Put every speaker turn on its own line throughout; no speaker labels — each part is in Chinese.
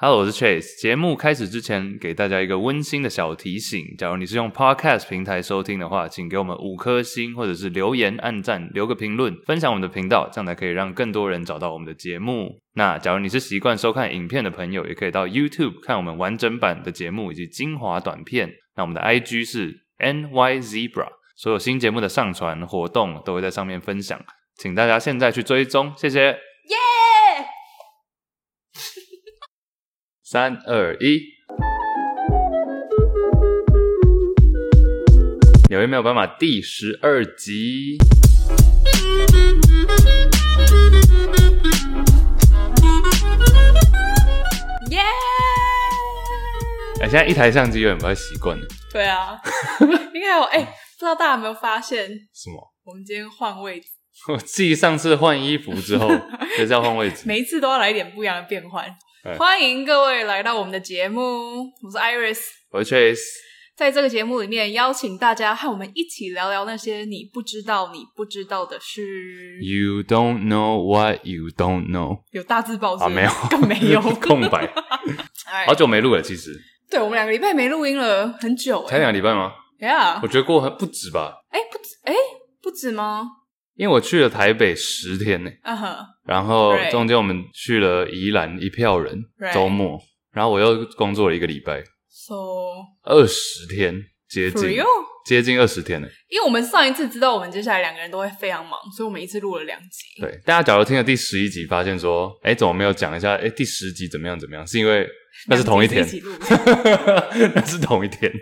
Hello，我是 Chase。节目开始之前，给大家一个温馨的小提醒：假如你是用 Podcast 平台收听的话，请给我们五颗星，或者是留言、按赞、留个评论，分享我们的频道，这样才可以让更多人找到我们的节目。那假如你是习惯收看影片的朋友，也可以到 YouTube 看我们完整版的节目以及精华短片。那我们的 IG 是 NYZebra，所有新节目的上传活动都会在上面分享，请大家现在去追踪，谢谢。三二一，纽约没有办法第十二集。
耶！
哎、现在一台相机有点不太习惯了。
对啊，应该有哎、不知道大家有没有发现，
什么？
我们今天换位置，
我继上次换衣服之后，就是要换位置。
每一次都要来一点不一样的变换
哎。
欢迎各位来到我们的节目，我是 Iris。
我是 Chase，
在这个节目里面，邀请大家和我们一起聊聊那些你不知道、你不知道的事。
You don't know what you don't know。
有大字报是
啊，
不是
没有，
更没 有。
空白。
哎
好久没录了，其实
对我们两个礼拜没录音了，很久
才
哎、
两个礼拜吗？
呀，
我觉得过很不止吧，
哎、不止哎、不止吗？
因为我去了台北十天呢、
嗯哼，
然后
Right
中间我们去了宜兰一票人
Right
周末，然后我又工作了一个礼拜，
So
二十天接
for
近
you，
接近二十天了。
因为我们上一次知道我们接下来两个人都会非常忙，所以我们一次录了两集。
对，大家假如听了第十一集，发现说，哎，怎么没有讲一下？哎，第十集怎么样怎么样？是因为那是同一天
两，集是一起录
那是同一天。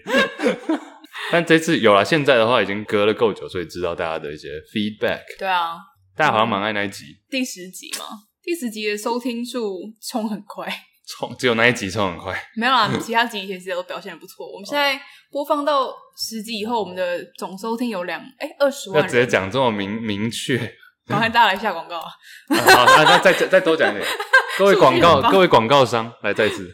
但这次有了，现在的话已经隔了够久，所以知道大家的一些 feedback。
对啊，
大家好像蛮爱那一集，
第十集嘛，第十集的收听数冲很快，
冲只有那一集冲很快，
没有啦，其他集其实都表现的不错。我们现
哦
在播放到十集以后，我们的总收听有两哎二十
要
万
直接
人，
讲这么明明确。
赶快大家来下广告啊！
啊好，那那再再再多讲一 点。各位广
数据
告
很，棒
各位广告商，来再次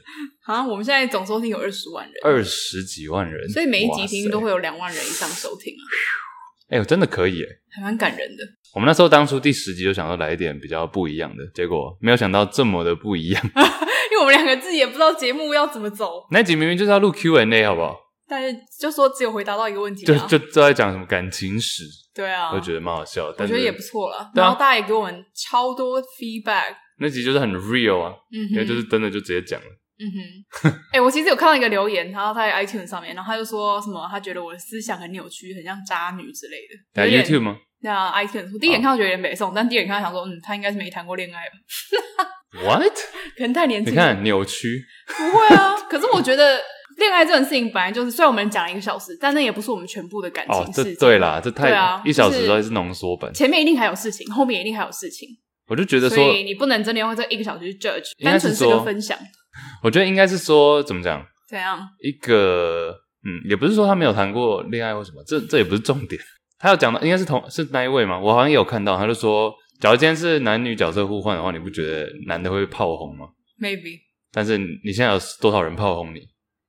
啊，我们现在总收听有二十万人，
二十几万人，
所以每一集
哇塞
平均都会。有两万人以上收听啊，
哎、我真的可以耶！
还蛮感人的。
我们那时候当初第十集就想要来一点比较不一样的，结果没有想到这么的不一样。
因为我们两个自己也不知道节目要怎么走，
那一集明明就是要录 Q&A，好不好？
但是就说只有回答到一个问题
就
啊，
就都在讲什么感情史，
对啊，
我觉得蛮好笑的。
我
但
觉
是
得也不错了。
对啊
然后大家也给我们超多 feedback，
那集就是很 real 啊，
嗯
因为
哼，
就是真的就直接讲了。
嗯哼， 哎、我其实有看到一个留言，他在 iTunes 上面，然后他就说什么，他觉得我的思想很扭曲，很像渣女之类的。
那
有点
啊 YouTube 哦吗
那 iTunes，我第一眼看到觉得有点美颂，但第二眼看到想说，嗯，他应该是没谈过恋 爱吧，
？What？
可能太年
你
轻。
看扭曲，
不会啊， 可是我觉得恋爱这种事情本来就是，虽然我们讲了一个小时，但那也不是我们全部的感
哦，
情事
这
情。
对啦，这太、
对啊
一小时
就是
都是浓缩版，
前面一定还有事情，后面一定还有事情，
我就觉得
所
说，
以你不能真的用这一个小时去 judge，
应该
单
是
纯是
说
个分享，
我觉得应该是说怎么讲，
怎样？
一个嗯，也不是说他没有谈过恋爱或什么，这这也不是重点。他有讲到，应该是同是那一位嘛，我好像也有看到，他就说，假如今天是男女角色互换的话，你不觉得男的会炮轰吗？
maybe
但是你现在有多少人炮轰你？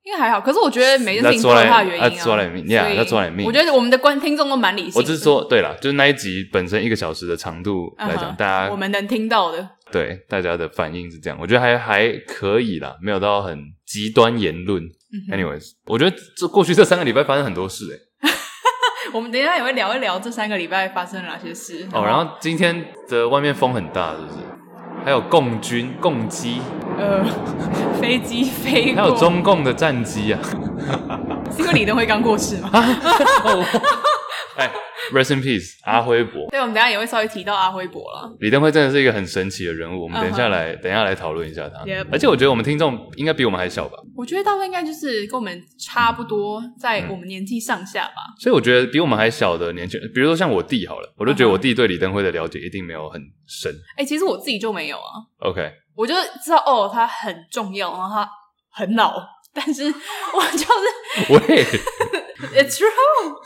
应该还好。可是我觉得每件事
That's
情都有它
what I-
的原因啊。
that's what I mean. Yeah,
所以
that's what I mean.
我觉得我们的观听众都蛮理性的。
我只是说，对啦，就是那一集本身一个小时的长度
嗯
来
哼，
讲，大
我
家
们能听到的，
对大家的反应是这样，我觉得还还可以啦，没有到很极端言论。
嗯哼
Anyways，我觉得这过去这三个礼拜发生很多事欸诶、
我们等一下也会聊一聊这三个礼拜发生了哪些事。
哦，然后今天的外面风很大，是不是？还有共军、共机，
呃， 飞机飞
还
过，
有中共的战机 啊！
是因为李登辉刚过世嘛？
哦，哎，Rest in peace，阿辉伯。
对，我们等一下也会稍微提到阿辉伯了。
李登辉真的是一个很神奇的人物，我们等一下
嗯哼
来等一下来讨论一下他。
Yep
而且我觉得我们听众应该比我们还小吧，
我觉得大概应该就是跟我们差不多，在我们年纪上下吧。
所以我觉得比我们还小的年轻人，比如说像我弟好了，我都觉得我弟对李登辉的了解一定没有很深。
哎、其实我自己就没有啊，
OK，
我就知道哦，他很重要，然后他很老，但是我就是
喂，
It's true，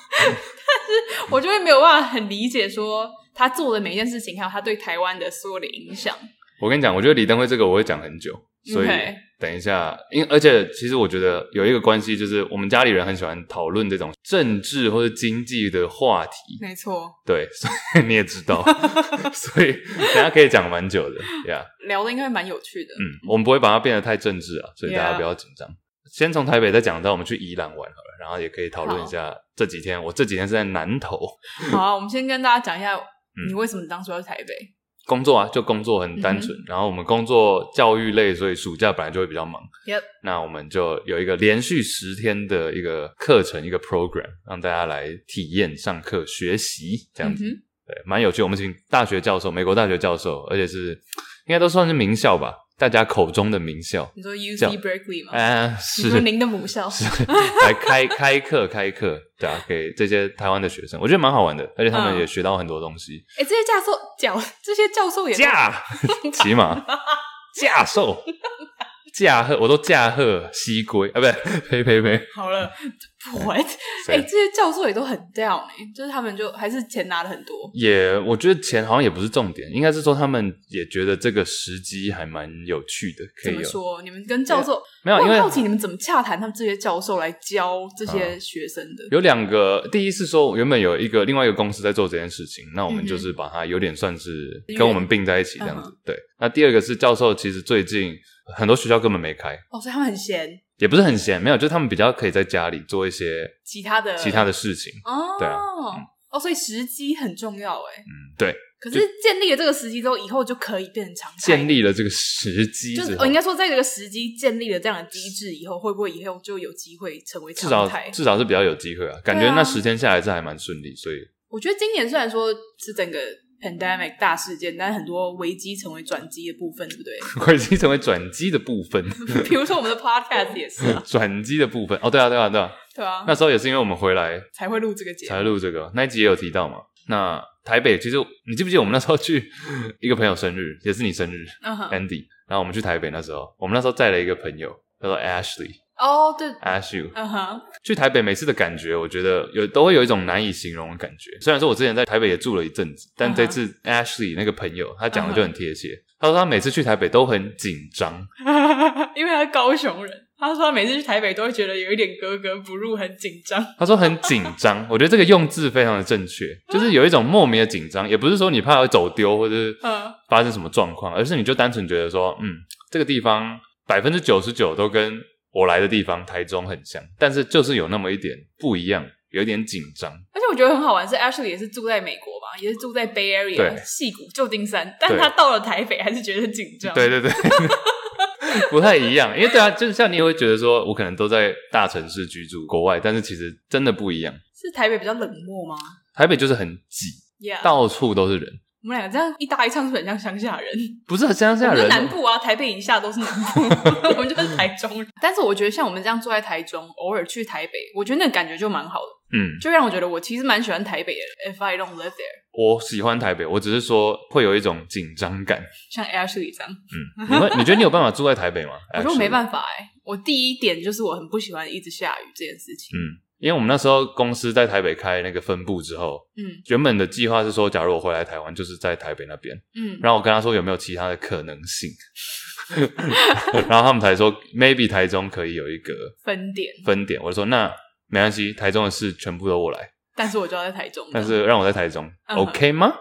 但是我就会没有办法很理解说他做的每一件事情，还有他对台湾的所有的影响。
我跟你讲，我觉得李登辉这个我会讲很久，所以
OK
等一下，因而且其实我觉得有一个关系就是，我们家里人很喜欢讨论这种政治或者经济的话题，
没错，
对，所以你也知道，所以等一下可以讲蛮久的呀。Yeah
聊的应该蛮有趣的。
嗯，我们不会把它变得太政治啊，所以大家
Yeah
不要紧张。先从台北再讲到我们去宜兰玩好了，然后也可以讨论一下这几天。我这几天是在南投
好啊，我们先跟大家讲一下，你
嗯
为什么当初要去台北？
工作啊，就工作很单
嗯
纯。然后我们工作教育类，所以暑假本来就会比较忙。
Yep
那我们就有一个连续十天的一个课程，一个 program，让大家来体验上课学习这样子。
嗯
对，蛮有趣。我们请大学教授，美国大学教授，而且是应该都算是名校吧，大家口中的名校
哼。你说
这样
UC Berkeley 吗？
啊，
哦你哦说
是
您的母校
是来开开课开课，对啊，给这些台湾的学生，我觉得蛮好玩的，而且他们
嗯
也学到很多东西。
哎、这些教授教这些教 授也在
驾 骑马，驾兽，驾鹤，我都驾鹤西归啊，不是， 呸呸呸，
好了，what？哎、
谁
这些教授也都很 down 哎、就是他们就还是钱拿的很多，
也，我觉得钱好像也不是重点，应该是说他们也觉得这个时机还蛮有趣的，可
怎
以
么
有啊
说？你们跟教授，
没有？
我
因
很
为啊
好奇你们怎么洽谈他们这些教授来教这些学生的？
有两个，第一是说原本有一个另外一个公司在做这件事情，那我
嗯
们就是把它有点算是跟我们并在一起这样子。对，那第二个是教授，其实最近很多学校根本没开，
哦，所以他们很闲，
也不是很闲，没有，就是他们比较可以在家里做一些
其他的
其他的事情。
哦，
对啊
哦，所以时机很重要哎、
嗯，对，
可是建立了这个时机之后，以后就可以变成常态。
建立了这个时机
就是
之
我
后
应，该说，在这个时机建立了这样的机制以后，会不会以后就有机会成为
至
常
少
态？
至少是比较有机会啊。感觉
对啊
那十天下来是还蛮顺利，所以
我觉得今年虽然说是整个 pandemic 大事件，但很多危机成为转机的部分，对不对？
会经成为转机的部分，
比如说我们的 podcast 也是啊，
转机的部分。哦，对啊，对啊，对啊。
对啊，
那时候也是因为我们回来
才会录这个节
才
目。
录这个，那一集也有提到嘛。那台北其实你记不记得我们那时候去一个朋友生日，也是你生日
嗯哼，
，Andy。然后我们去台北那时候，我们那时候载了一个朋友叫做 Ashley，Ashu。
哦，对，
哎
嗯哼，
去台北每次的感觉，我觉得有都会有一种难以形容的感觉。虽然说我之前在台北也住了一阵子，但这次 Ashley 那个朋友他讲的就很贴切。他说他每次去台北都很紧张，
因为他是高雄人，他说他每次去台北都会觉得有一点格格不入，很紧张。
他说很紧张。 我觉得这个用字非常的正确，就是有一种莫名的紧张，也不是说你怕会走丢或者是
嗯
发生什么状况，而是你就单纯觉得说，嗯，这个地方百分之九十九都跟我来的地方台中很像，但是就是有那么一点不一样，有一点紧张。
而且我觉得很好玩是，Ashley 也是住在美国嘛，也是住在 Bay
对
Area 戏谷旧金山，但
对
他到了台北还是觉得紧张。
对对 对，不太一样，因为对啊，就是像你也会觉得说，我可能都在大城市居住，国外，但是其实真的不一样。
是台北比较冷漠吗
台北就是很挤，
？Yeah，
到处都是人，
我们两个这样一搭一唱，是不是很像乡 下人？
不是乡下
我
人哦
们就，南部啊，台北以下都是南部， 我们就是台中人。但是我觉得像我们这样住在台中，偶尔去台北，我觉得那个感觉就蛮好的，
嗯，
就让我觉得我其实蛮喜欢台北的。If I don't live there，
我喜欢台北，我只是说会有一种紧张感，
像 Ashley 这样，
嗯，你会你觉得你有办法住在台北吗？
我觉得我没
法，
办法哎、我第一点就是我很不喜欢一直下雨这件事情。
嗯。因为我们那时候公司在台北开那个分部之后，
嗯
原本的计划是说，假如我回来台湾，就是在台北那边。
嗯，
然后我跟他说有没有其他的可能性， 然后他们才说 maybe 台中可以有一个
分点，
分点。我就说那没关系，台中的事全部都我来，
但是我就要在台中。
但是让我在台中、
嗯
o k 吗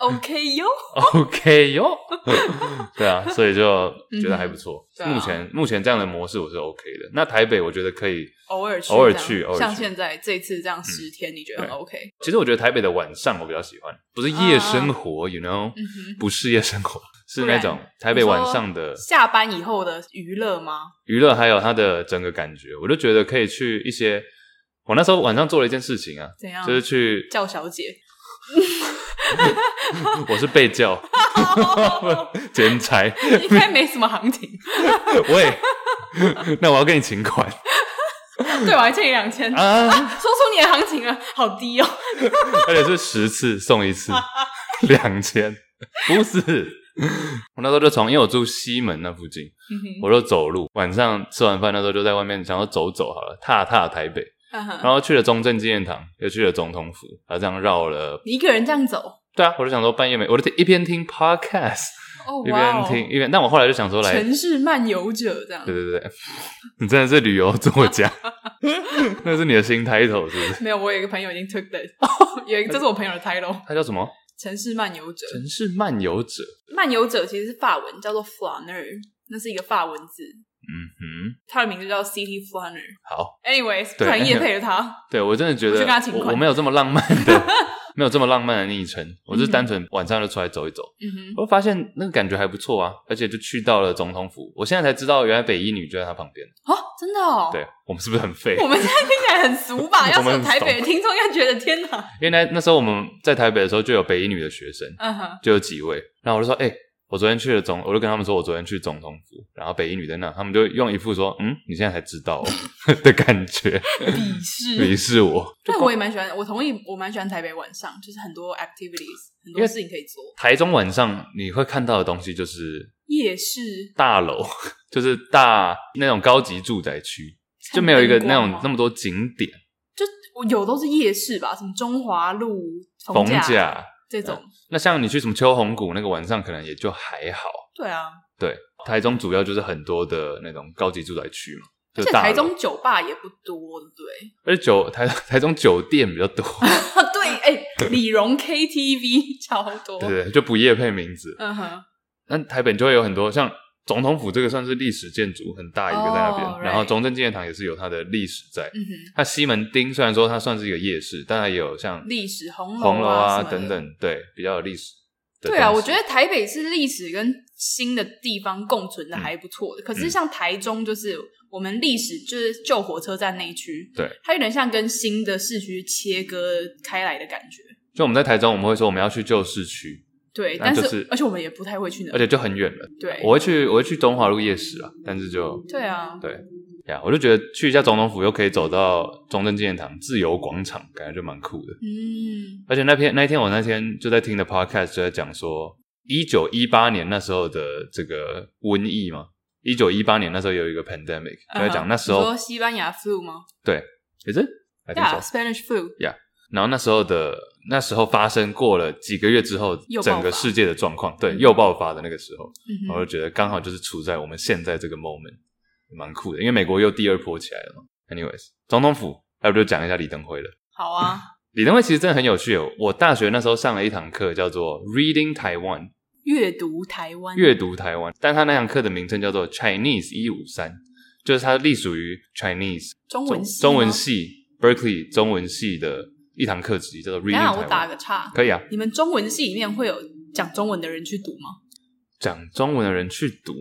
OK 哟，
？OK 哟，对啊，所以就觉得还不错。
嗯对啊
目前目前这样的模式我是 OK 的。那台北我觉得可以，
偶尔去这样，
偶尔去偶尔去嗯
像现在这次这样十天，你觉得很
对
OK？
其实我觉得台北的晚上我比较喜欢，不是夜生活、y o u know，、
嗯哼，
不是夜生活，是
不
那
然
种台北
你说
晚上的
下班以后的娱乐吗？
娱乐还有它的整个感觉，我就觉得可以去一些。我那时候晚上做了一件事情啊，
怎样？
就是去，
叫小姐，
我是被叫兼差，
应该没什么行情，
喂，那我要跟你请款
对我还欠你两千，说
啊，
出你的行情了，好低哦。
而且是十次送一次，两千，不是。我那时候就从，因为我住西门那附近，
嗯
我就走路。晚上吃完饭那时候就在外面，想要走走好了，踏踏台北。
嗯哼
然后去了中正纪念堂，又去了总统府，然后这样绕了
你一个人这样走，
对啊，我就想说半夜没，我就一边听 podcast，
哦，
一
哇
边
哦，
听一边。但我后来就想说来，
城市漫游者这样，
对对对， 你真的是旅游作 家，那是你的新 title 是不是？
没有，我有一个朋友已经 took that，有一个这是我朋友的 title，
它叫什么？
城市漫游者。
城市漫游者。
漫游者其实是法文，叫做 flaneur，那是一个法文字，
嗯
它的名字叫 city flaneur。
哼，好，
Anyways，不
对
然夜配了他，
对我真的觉
我去
得
跟他请
我
款
我没有这么浪漫 的，没有这么浪漫的昵称，我就是单纯晚上就出来走一走。
嗯哼，
我发现那个感觉还不错啊，而且就去到了总统府，我现在才知道原来北一女就在她旁边。
哦，真的哦，
对我们是不是很废？
我们现在听起来很俗吧？要
我
是
们
有
很
台北的听众，应该觉得天哪，
因为那那时候我们在台北的时候就有北一女的学生，
嗯哼，
就有几位，然后我就说，哎、我昨天去了总，我就跟他们说我昨天去总统府，然后北一女在那，他们就用一副说，嗯，你现在才知道、哦、 的感觉，
鄙
鄙
视。
视我。
但我也蛮喜欢，我同意，我蛮喜欢台北晚上，就是很多 activities，很
因为
多事情可以做，
台中晚上你会看到的东西就是
夜市
大楼，就是大那种高级住宅区，就没有一个那种那
么
么多景点，
就有都是夜市吧，什么中华路、
逢
甲
甲。
这种，
那像你去什么秋红谷那个晚上，可能也就还好。
对啊，
对，台中主要就是很多的那种高级住宅区嘛，
而
就
且
大
台
楼
中酒吧也不多，对不对？
而且酒台 台中酒店比较多，
对，哎、李荣 KTV 超多，
对对，对就不夜配名字。
嗯哼，
那台北就会有很多像总统府这个算是历史建筑，很大一个在那边
哦
然后
right
中正纪念堂也是有它的历史在。
嗯哼，
它西门町虽然说它算是一个夜市，但它也有像
历史红楼啊
红楼啊
什么的
等等，对，比较有历史的东西。
对啊，我觉得台北是历史跟新的地方共存
嗯
的还不错的。可是像台中，就是我们历史就是旧火车站那一区，
对，
它有点像跟新的市区切割开来的感觉。
就我们在台中，我们会说我们要去旧市区，
对，
那
但、
就是是
而且我们也不太会去那
而，且就很远了。
对，
我会去，我会去中华路夜市啊，但是就
对啊，
呀我就觉得去一下总统府，又可以走到中正纪念堂、自由广场，感觉就蛮酷的。
嗯，
而且那篇那一天我那天就在听的 podcast 就在讲说，一九一八年那时候的这个瘟疫嘛，一九一八年那时候有一个 pandemic，就
嗯
在讲那时
你
候
说西班牙 flu 吗
is it I think so
？Yeah，Spanish flu，
然后那时候的那时候发生过了几个月之后
又，爆发
整个世界的状况对
嗯
又爆发的那个时候，
嗯
我就
哼，
觉得刚好就是处在我们现在这个 moment，蛮酷的，因为美国又第二波起来了嘛。Anyways，总统府，要不就讲一下李登辉了。
好啊，
李登辉其实真的很有趣哦，我大学那时候上了一堂课叫做 Reading Taiwan。
阅读台湾，
阅读台湾，但他那堂课的名称叫做 Chinese 一五三，就是它隶属于 Chinese 中
中文系吗
中文。系 Berkeley 中文系的一堂课之一，叫做
等一下
Reading
我
台
打
湾。
个岔，
可以啊，
你们中文系里面会有讲中文的人去读吗？
讲中文的人去读，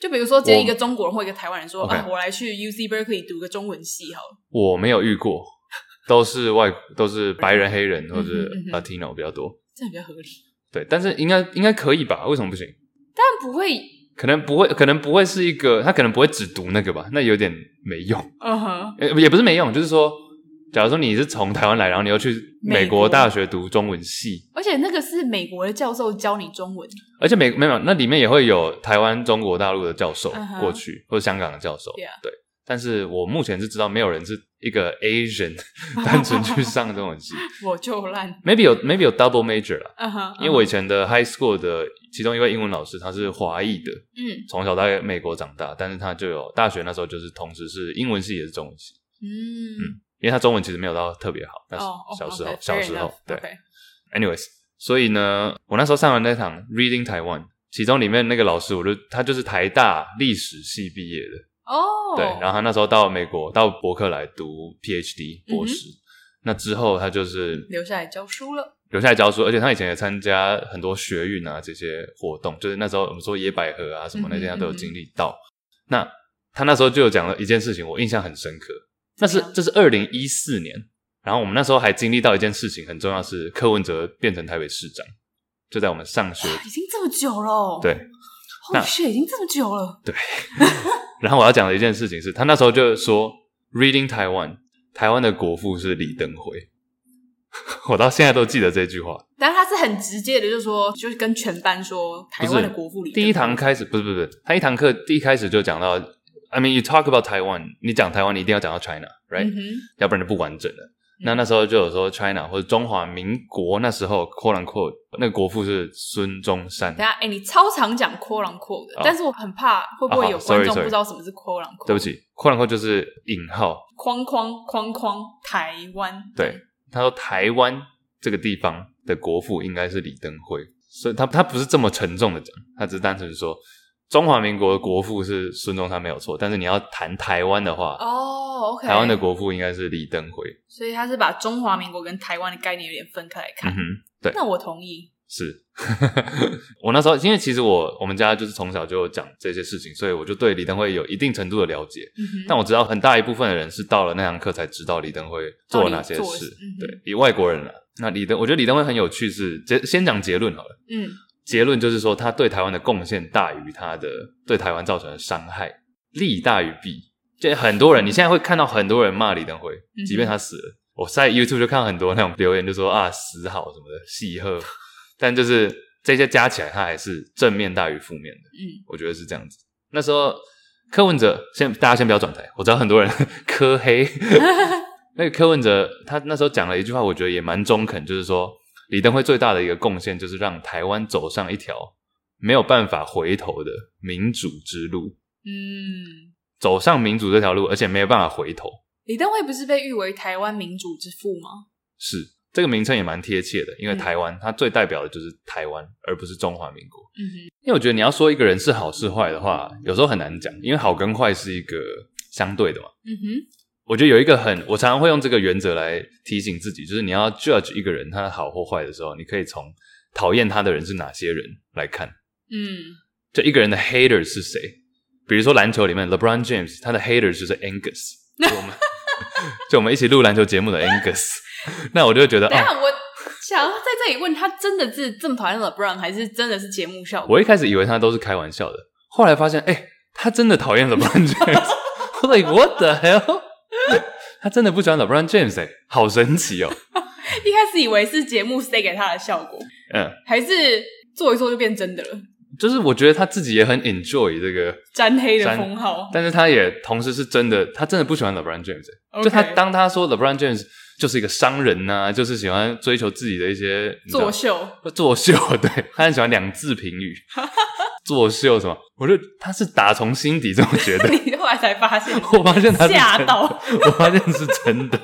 就比如说，今天
我
一个中国人或一个台湾人说
OK
啊，我来去 UC Berkeley 读个中文系好了。
我没有遇 过，都是外都是白人、黑人或者是
嗯哼嗯
Latino 比较多。
这样比较合理。
对，但是应该应该可以吧？为什么不行？
但不会，
可能不会，可能不会是一个，他可能不会只读那个吧？那有点没用。
嗯哼，
呃，也不是没用，就是说，假如说你是从台湾来，然后你又去美
美
国
国
大学读中文系，
而且那个是美国的教授教你中文，
而且美没有那里面也会有台湾、中国大陆的教授
嗯哼
过去或者香港的教授
Yeah
对。但是我目前是知道没有人是一个 Asian 单纯去上中文系
我就烂。
，maybe 有 maybe 有 double major 啦。
嗯哼，
因为我以前的 high school 的其中一位英文老师，他是华裔的，
嗯
从小在美国长大，但是他就有大学那时候就是同时是英文系也是中文系，
嗯，
因为他中文其实没有到特别好，但是
哦，哦
小时候、
OK，
小
fair
时候
enough，
对，
OK
Anyways，所以呢，我那时候上完那堂 Reading Taiwan，其中里面那个老师，我就他就是台大历史系毕业的，
哦，
对，然后他那时候到美国到伯克莱读 PhD
嗯哼
博士，那之后他就是
留下来教书了。
留下来教书，而且他以前也参加很多学运啊这些活动，就是那时候我们说野百合啊什么那些，
嗯哼
他都有
嗯哼
经历到。那他那时候就有讲了一件事情，我印象很深刻，那是
怎么样
这是二零一四年，然后我们那时候还经历到一件事情很重要，是柯文哲变成台北市长，就在我们上学。
已经这么久了，
对，那
后续已经这么久了，
然后我要讲的一件事情是，他那时候就说，Reading Taiwan，台湾的国父是李登辉， 我到现在都记得这句话。
但他是很直接的，就说，就是跟全班说，台湾
不
的
是
国父里
第一堂开始不是不是不是，他一堂课第一开始就讲到，I mean you talk about Taiwan，你讲台湾你一定要讲到 China，right？、
嗯哼，
要不然就不完整了。那那时候就有说 China 或者中华民国那时候 “quote unquote” 那个国父是孙中山
等一，下，哎、你超常讲 “quote on quote” 的
哦
但是我很怕会不
哦
会
好
有观众
sorry，sorry
不知道什么是 “quote on quote”。
对不，起，“quote unquote” 就是引号。
框框框框台湾。
对，他说台湾这个地方的国父应该是李登辉，所以他他不是这么沉重的讲，他只是单纯说中华民国的国父是孙中山没有错，但是你要谈台湾的话，
哦，OK、o k
台湾的，国父应该是李登辉。
所以他是把中华民国跟台湾的概念有点分开来看。
嗯哼，对
那我同意。
是 我那时候，因为其实我我们家就是从小就有讲这些事情，所以我就对李登辉有一定程度的了解。
嗯哼，
但我知道很大一部分的人是到了那堂课才知道李登辉做了哪些
到底做了
事
嗯哼。
对，以外国人了、那李登，我觉得李登辉很有趣是，结先讲结论好了。
嗯，
结论就是说，他对台湾的贡献大于他的对台湾造成的伤害，利大于弊。就很多人，你现在会看到很多人骂李登辉，
嗯哼
即便他死了。我在 YouTube 就看到很多那种留言，就说啊死好什么的，戏贺。但就是这些加起来，他还是正面大于负面的。
嗯，
我觉得是这样子。那时候柯文哲，先大家先不要转台，我知道很多人 柯黑。那个柯文哲他那时候讲了一句话，我觉得也蛮中肯，就是说李登辉最大的一个贡献就是让台湾走上一条没有办法回头的民主之路，
嗯，
走上民主这条路，而且没有办法回头。
李登辉不是被誉为台湾民主之父吗？
是这个名称也蛮贴切的，因为
嗯
台湾、它最代表的就是台湾，而不是中华民国。
嗯哼，
因为我觉得你要说一个人是好是坏的话，有时候很难讲，因为好跟坏是一个相对的嘛。
嗯哼，
我觉得有一个很，我常常会用这个原则来提醒自己，就是你要 judge 一个人他的好或坏的时候，你可以从讨厌他的人是哪些人来看，
嗯
就一个人的 hater 是谁。比如说篮球里面 LeBron James，他的 hater 就是 Angus，就 我们就我们一起录篮球节目的 Angus，那 我就会觉得
等一
哦，
下，我想要在这里问他，真的是这么讨厌 LeBron，还是真的是节目效果？
我一开始以为他都是开玩笑的，后来发现，哎、他真的讨厌 LeBron James，我 like what the hell，他真的不喜欢 LeBron James，哎、好神奇哦，
一开始以为是节目塞给他的效果，
嗯。
还是做一做就变真的了，
就是我觉得他自己也很 enjoy 这个，
沾黑的
沾
封号。
但是他也同时是真的，他真的不喜欢 LeBron James 欸、
OK
就他当他说 LeBron James 就是一个商人呐、就是喜欢追求自己的一些你知道
作秀，
作秀，对他很喜欢两字评语，作秀什么，我就他是打从心底这么觉 得，
你后来才发现，
我发现他是
吓
真的
到。
我发现是真的。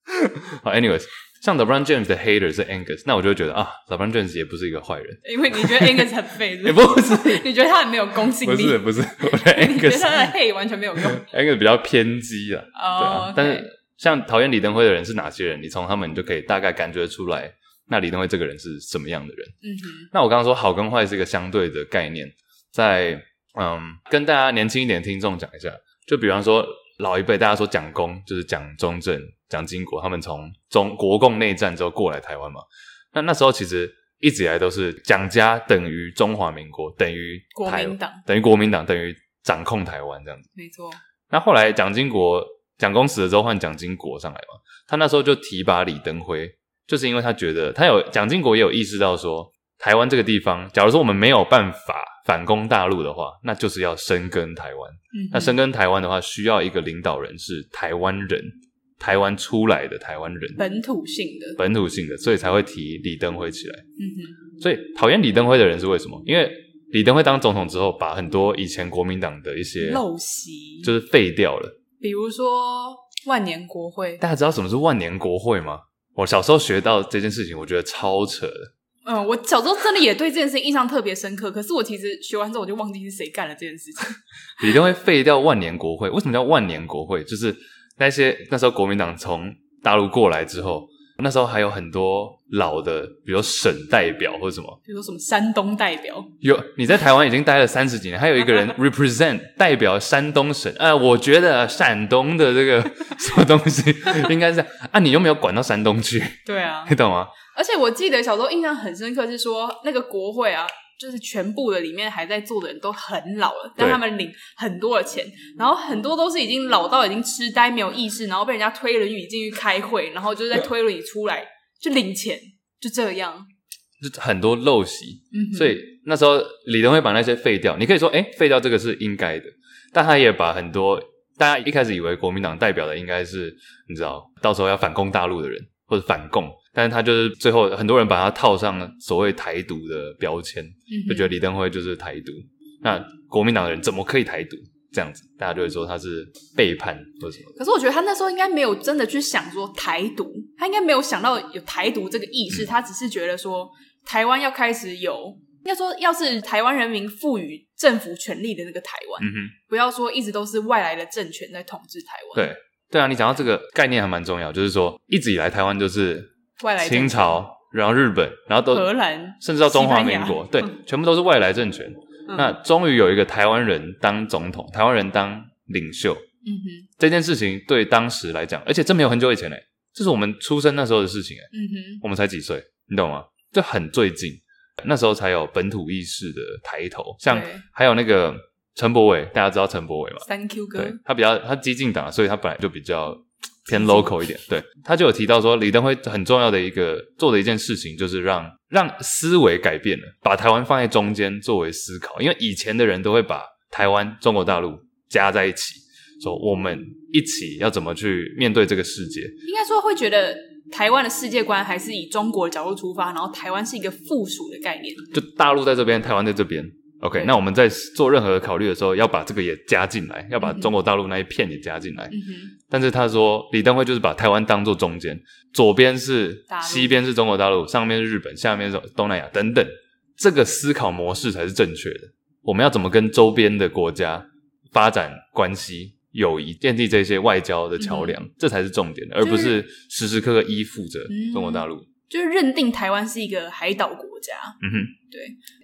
好，anyways，像 LeBron James 的 hater 是 Angus，那我就会觉得啊，LeBron James 也不是一个坏人，
因为你觉得 Angus 很废，
也
是不
欸不
是
是，
你觉得他很没有公信
不
力，
是，不是，我觉得
你觉得
Angus
他的 hate 完全没 有用。
Angus 比较偏激啊。对啊
哦，，
但是像讨厌李登辉的人是哪些人，你从他们就可以大概感觉出来，那李登辉这个人是什么样的人。
嗯哼，
那我刚刚说好跟坏是一个相对的概念，在嗯跟大家年轻一点的听众讲一下，就比方说老一辈大家说蒋公就是蒋中正、蒋经国，他们从中国共内战之后过来台湾嘛，那那时候其实一直以来都是蒋家等于中华民国等于
国
台
民党
等于国民党等于掌控台湾这样子。
没错，
那后来蒋经国蒋公死了之后，换蒋经国上来嘛，他那时候就提拔李登辉，就是因为他觉得他有蒋经国也有意识到说，台湾这个地方，假如说我们没有办法反攻大陆的话，那就是要深耕台湾。
嗯哼，
那深耕台湾的话，需要一个领导人是台湾人，台湾出来的台湾人，
本土性的，
本土性的，所以才会提李登辉起来。
嗯哼，
所以讨厌李登辉的人是为什么？因为李登辉当总统之后，把很多以前国民党的一些
陋习，
就是废掉了。
比如说万年国会，
大家知道什么是万年国会吗？我小时候学到这件事情，我觉得超扯的。
嗯，我小时候真的也对这件事情印象特别深刻，可是我其实学完之后我就忘记是谁干了这件事情。
李登辉废掉万年国会，为什么叫万年国会？就是那些那时候国民党从大陆过来之后，那时候还有很多老的，比如省代表或者什么。
比如说什么山东代表，
有你在台湾已经待了三十几年，还有一个人 represent 代表山东省，啊，我觉得山东的这个 什么东西应该是啊，你又没有管到山东去，
对啊，
你懂吗？
而且我记得小时候印象很深刻是说，那个国会啊，就是全部的里面还在做的人都很老了，但
对
他们领很多的钱，然后很多都是已经老到已经痴呆没有意识，然后被人家推轮椅进去开会，然后就是在推轮椅出来就领钱，就这样。
就很多陋习，
嗯哼
所以那时候李登辉把那些废掉，你可以说，哎、废掉这个是应该的，但他也把很多大家一开始以为国民党代表的应该是你知道，到时候要反攻大陆的人或者反共，但是他就是最后很多人把他套上了所谓台独的标签，就觉得李登辉就是台独。那国民党的人怎么可以台独？这样子，大家就会说他是背叛或什么的。
可是我觉得他那时候应该没有真的去想说台独，他应该没有想到有台独这个意识，他只是觉得说台湾要开始有，应该说要是台湾人民赋予政府权力的那个台湾，
嗯哼，
不要说一直都是外来的政权在统治台湾，
对对啊，你讲到这个概念还蛮重要，就是说一直以来台湾就是
外来政嗯
清朝，然后日本，然后都
荷兰
甚至到中华民国，
西
对
班牙，
全部都是外来政权。
嗯
那终于有一个台湾人当总统，台湾人当领袖，
嗯哼
这件事情对当时来讲，而且这没有很久以前嘞、这是我们出生那时候的事情哎、
嗯哼
我们才几岁，你懂吗？这很最近，那时候才有本土意识的抬头，像
对
还有那个陈柏伟，大家知道陈柏伟嘛？
三 Q 哥
对，他比较他激进党，所以他本来就比较偏 local 一点。对，他就有提到说，李登辉很重要的一个做的一件事情，就是让让思维改变了，把台湾放在中间作为思考，因为以前的人都会把台湾、中国大陆加在一起，说我们一起要怎么去面对这个世界。
应该说会觉得台湾的世界观还是以中国的角度出发，然后台湾是一个附属的概念，
就大陆在这边，台湾在这边。OK，
对
那我们在做任何考虑的时候，要把这个也加进来，要把
嗯哼
中国大陆那一片也加进来。
嗯哼，
但是他说，李登辉就是把台湾当做中间，左边是
大陆
西边是中国大陆，上面是日本，下面是东南亚等等。这个思考模式才是正确的。我们要怎么跟周边的国家发展关系、友谊，建立这些外交的桥梁，
嗯
这才是重点，而不是时时刻刻依附着中国大陆。
就是认定台湾是一个海岛国家。
嗯哼，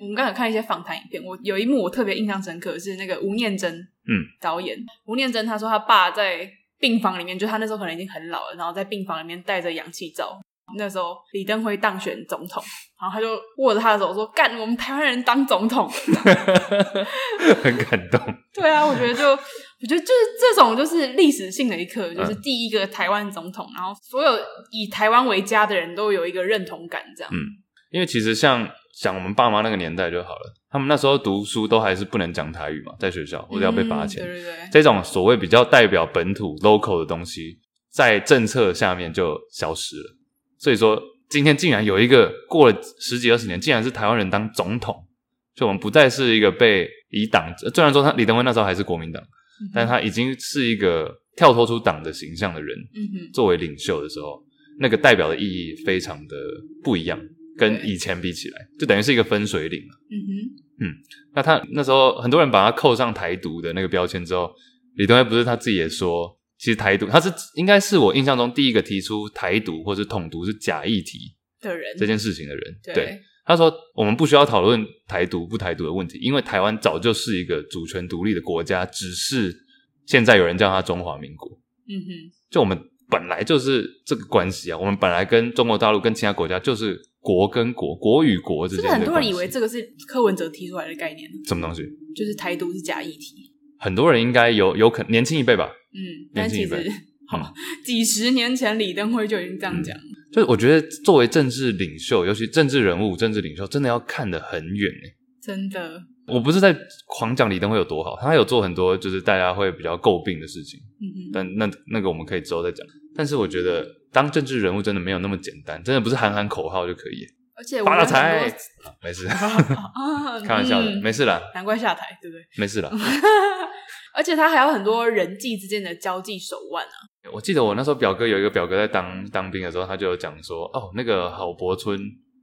我们刚才有看一些访谈影片，我有一幕我特别印象深刻，是那个吴念真，
嗯，
导演吴念真，他说他爸在病房里面，就他那时候可能已经很老了，然后在病房里面戴着氧气罩。那时候李登辉当选总统，然后他就握着他的手说：“干，我们台湾人当总统。
很感动。”
对啊，我觉得就我觉得就是这种就是历史性的一刻，
嗯
就是第一个台湾总统，然后所有以台湾为家的人都有一个认同感，这样。
嗯因为其实像想我们爸妈那个年代就好了，他们那时候读书都还是不能讲台语嘛，在学校或者要被罚钱。
嗯对对对，
这种所谓比较代表本土 local 的东西，在政策下面就消失了。所以说，今天竟然有一个过了十几二十年，竟然是台湾人当总统，就我们不再是一个被以党，呃虽然说他李登辉那时候还是国民党，但他已经是一个跳脱出党的形象的人，
嗯哼，
作为领袖的时候，那个代表的意义非常的不一样，跟
对
以前比起来，就等于是一个分水岭了。
嗯哼，
那他那时候很多人把他扣上台独的那个标签之后，李登辉不是他自己也说，其实台独他是应该是我印象中第一个提出台独或是统独是假议题
的人
这件事情的人。
嗯对
他说我们不需要讨论台独不台独的问题，因为台湾早就是一个主权独立的国家，只是现在有人叫它中华民国。
嗯哼，
就我们本来就是这个关系啊，我们本来跟中国大陆跟其他国家就是国跟国、国与国之
是
间
不
的
是很多
关
人
系
以为这个是柯文哲提出来的概念，
什么东西？
就是台独是假议题？
很多人应该有有可年轻一辈吧，
嗯，
年
但
轻一
其
辈
实好 几十年前李登辉就已经这样讲了。
就是我觉得作为政治领袖，尤其政治人物、政治领袖，真的要看得很远诶、
真的，
我不是在狂讲李登辉有多好，他有做很多就是大家会比较诟病的事情，
嗯哼，
但那那个我们可以之后再讲。但是我觉得当政治人物真的没有那么简单，真的不是喊喊口号就可以、
而且我
发大
们
财
很多，
没事，
啊，
开玩笑的，
嗯
没事啦，
难怪下台，对不对？
没事啦。
而且他还有很多人际之间的交际手腕啊，
我记得我那时候表哥有一个表哥在当当兵的时候，他就有讲说，哦，那个郝柏村，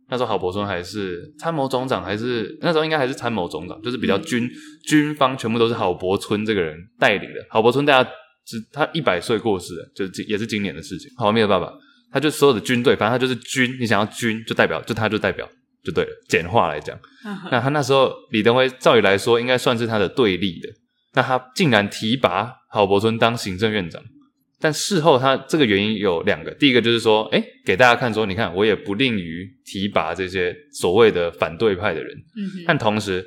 那时候郝柏村还是参谋总长，还是那时候应该还是参谋总长，就是比较军、军方全部都是郝柏村这个人带领的。郝柏村大家知，他一百岁过世了，就是今也是今年的事情。郝明的爸爸，他就所有的军队，反正他就是军，你想要军就代表，就他就代表就对了，简化来讲。
嗯
那他那时候李登辉照理来说应该算是他的对立的，那他竟然提拔郝柏村当行政院长，但事后他这个原因有两个，第一个就是说，哎，给大家看说，你看我也不吝于提拔这些所谓的反对派的人，
嗯哼，
但同时，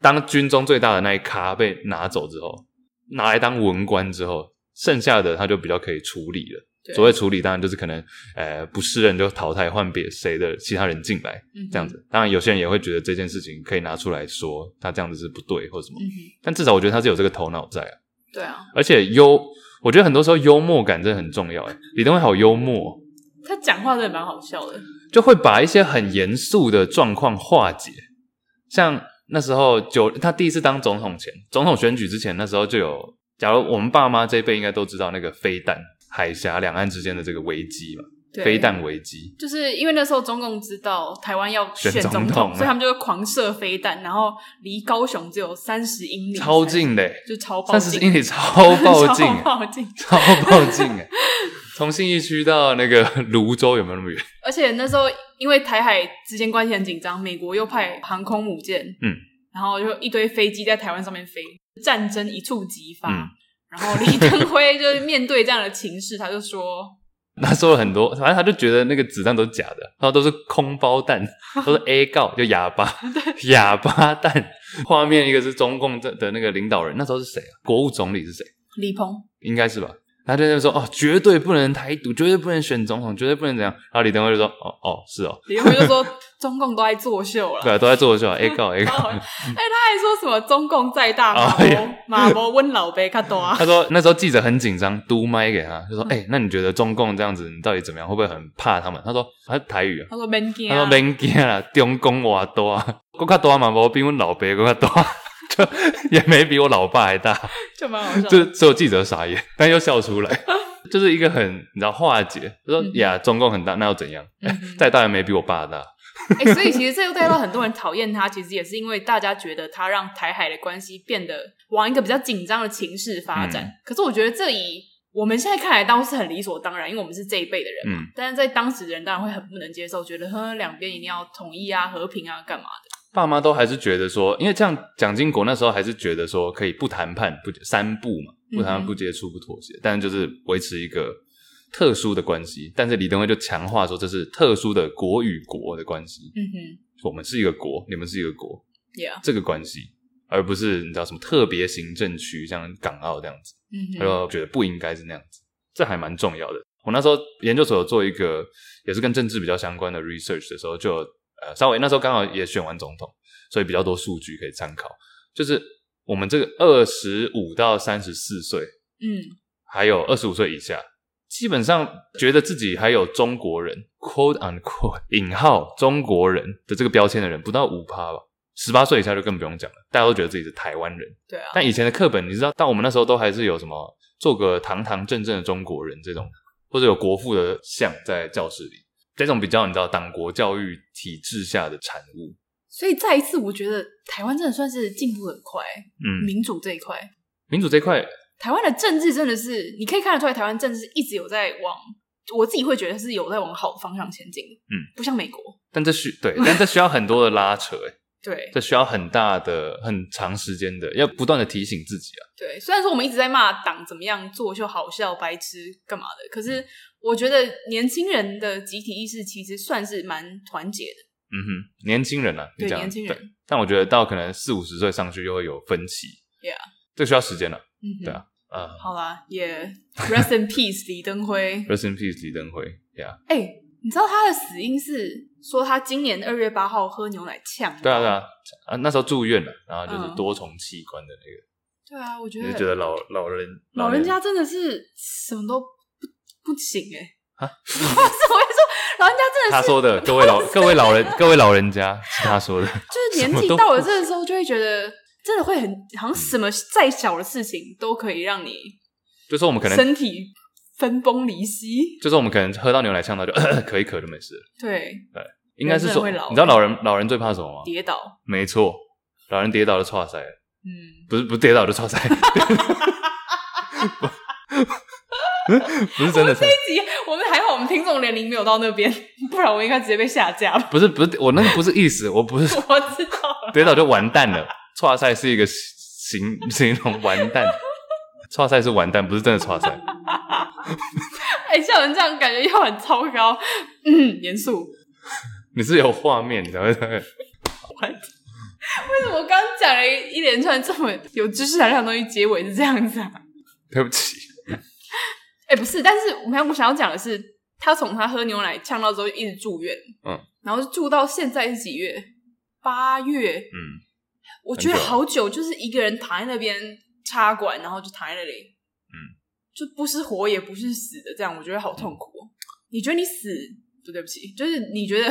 当军中最大的那一咖被拿走之后，拿来当文官之后，剩下的他就比较可以处理了。
对
所谓处理，当然就是可能，呃，不是人就淘汰，换别谁的其他人进来，
嗯哼
这样，子。当然，有些人也会觉得这件事情可以拿出来说，他这样子是不对或什么
嗯。哼，
但至少我觉得他是有这个头脑在啊。
对啊，
而且幽，我觉得很多时候幽默感真的很重要。哎，李登辉好幽默，哦
他讲话真的蛮好笑的。
就会把一些很严肃的状况化解。像那时候九，他第一次当总统前，总统选举之前，那时候就有，假如我们爸妈这一辈应该都知道那个飞弹海峡两岸之间的这个危机嘛，
对
飞弹危机。
就是因为那时候中共知道台湾要
选
选
总
总
统啊
统，
了
所以他们就会狂射飞弹，然后离高雄只有三十英里，
超，近嘞、
就超爆
三十
近，
英里超爆近，
超爆近。
超爆近哎！从信义区到那个泸州有没有那么远？
而且那时候因为台海之间关系很紧张，美国又派航空母舰，
嗯，
然后就一堆飞机在台湾上面飞，战争一触即发。
嗯
然后李登辉就是面对这样的情势，他就说
那时候很多，反正他就觉得那个子弹都是假的，然后都是空包弹，都是 A 告，就哑巴，哑巴弹。画面一个是中共的的那个领导人，那时候是谁啊？国务总理是谁？
李鹏，
应该是吧？他就在那边说哦，绝对不能台独，绝对不能选总统，绝对不能怎样。然后李登辉就说哦哦是哦，
李登辉就 说中共都在作秀了。
对啊，都在做秀啊，A 告 A
然 后
告
哎、。他还说什么中共再大马
哎
波
呀
马波温老杯卡多啊
他，说那时候记者很紧张，嘟麦给他，就说哎、那你觉得中共这样子，你到底怎么样？会不会很怕他们？他说他是台语啊，
他说 man
他说免惊啦，中共我大，我较大嘛，无比阮老爸我较大， 就也没比我老爸还 大，
就蛮好笑的。
就只有记者傻眼，但又笑出来， 就是一个很你知道化解，就说、
嗯
呀，中共很大，那又怎样？
嗯哼
再大也没比我爸大，
哎、所以其实这又带到很多人讨厌他，其实也是因为大家觉得他让台海的关系变得往一个比较紧张的情势发展。
嗯
可是我觉得这以我们现在看来当然是很理所当然，因为我们是这一辈的人嘛。
嗯
但是在当时的人当然会很不能接受，觉得呵两边一定要统一啊、和平啊、干嘛的。
爸妈都还是觉得说，因为像蒋经国那时候还是觉得说可以不谈判不三不嘛，不谈
嗯
判
哼
不接触不妥协，但就是维持一个特殊的关系。但是李登辉就强化说这是特殊的国与国的关系，
嗯哼
我们是一个国，你们是一个国，
，Yeah，
这个关系，而不是你知道什么特别行政区，像港澳这样子，
嗯
他
哼，
就觉得不应该是那样子，这还蛮重要的。我那时候研究所有做一个也是跟政治比较相关的 research 的时候，就有呃稍微那时候刚好也选完总统，所以比较多数据可以参考。就是我们这个二十五到三十四岁，
嗯，
还有二十五岁以下，基本上觉得自己还有中国人 （quote unquote） 引号中国人的这个标签的人，不到五趴吧。十八岁以下就更不用讲了，大家都觉得自己是台湾人。
对啊，
但以前的课本，你知道，到我们那时候都还是有什么做个堂堂正正的中国人这种，或者有国父的像在教室里，这种比较你知道党国教育体制下的产物。
所以再一次，我觉得台湾真的算是进步得很快，欸
嗯，
民主这一块。
民主这块
台湾的政治真的是，你可以看得出来，台湾政治一直有在往，我自己会觉得是有在往好的方向前进。
嗯，
不像美国，
但这需对，但这需要很多的拉扯、欸，
对
这需要很大的、很长时间的，要不断的提醒自己啊。
对。虽然说我们一直在骂党怎么样做就好笑、白痴干嘛的，可
嗯
是我觉得年轻人的集体意识其实算是蛮团结的。
嗯哼，年轻人啊，你
对
讲
年轻人
对但我觉得到可能四五十岁上去又会有分歧
Yeah
这需要时间了。
嗯哼，
对啊啊、
好啦，也 rest in peace 李登辉
r。e s t in peace，李登辉，Yeah，
哎、你知道他的死因是说他今年二月八号喝牛奶呛？
对啊对。啊，啊那时候住院了，然后就是
嗯
多重器官的那
对啊，我觉
个，你
得
就觉得老老人
老人家真的是什么都不不行哎、
啊
不 是，我会说老人家真的
他
是
说的，各位老各位老人各位老人家是他说的，
就是年
什么都嗯
纪到了这个时候，就会觉得真的会很好像什么再小的事情都可以让你
就说我们可能
身体分崩离析。
就说我们可能喝到牛奶呛到就 咳一咳就没事了，
对，
应该是说
人真的
你
会老欸
知道老人老人最怕什么吗？
跌倒，
没错，老人跌倒就岔塞了。
嗯，
不是不是跌倒就超载，不不是真的超载，
这一集我们还好，我们听众年龄没有到那边， 不然我应该直接被下架了。
不是不是我那个不是意思，我不是
我知道了，
跌倒就完蛋了，超赛是一个形形容完蛋，超赛是完蛋，不是真的超赛。
哎、像人这样感觉又很糟糕，嗯，严肃。
你是有画面，你才会
为什么我刚刚讲了一连串这么有知识含量的东西，结尾是这样子啊？
对不起，
哎、不是，但是我们我想要讲的是，他从他喝牛奶呛到之后就一直住院，
嗯，
然后住到现在是几月？八月，
嗯，
我觉得
很久
好久，就是一个人躺在那边插管，然后就躺在那里，
嗯，
就不是活也不是死的，这样我觉得好痛苦、哦。你觉得你死？不对不起，就是你觉得，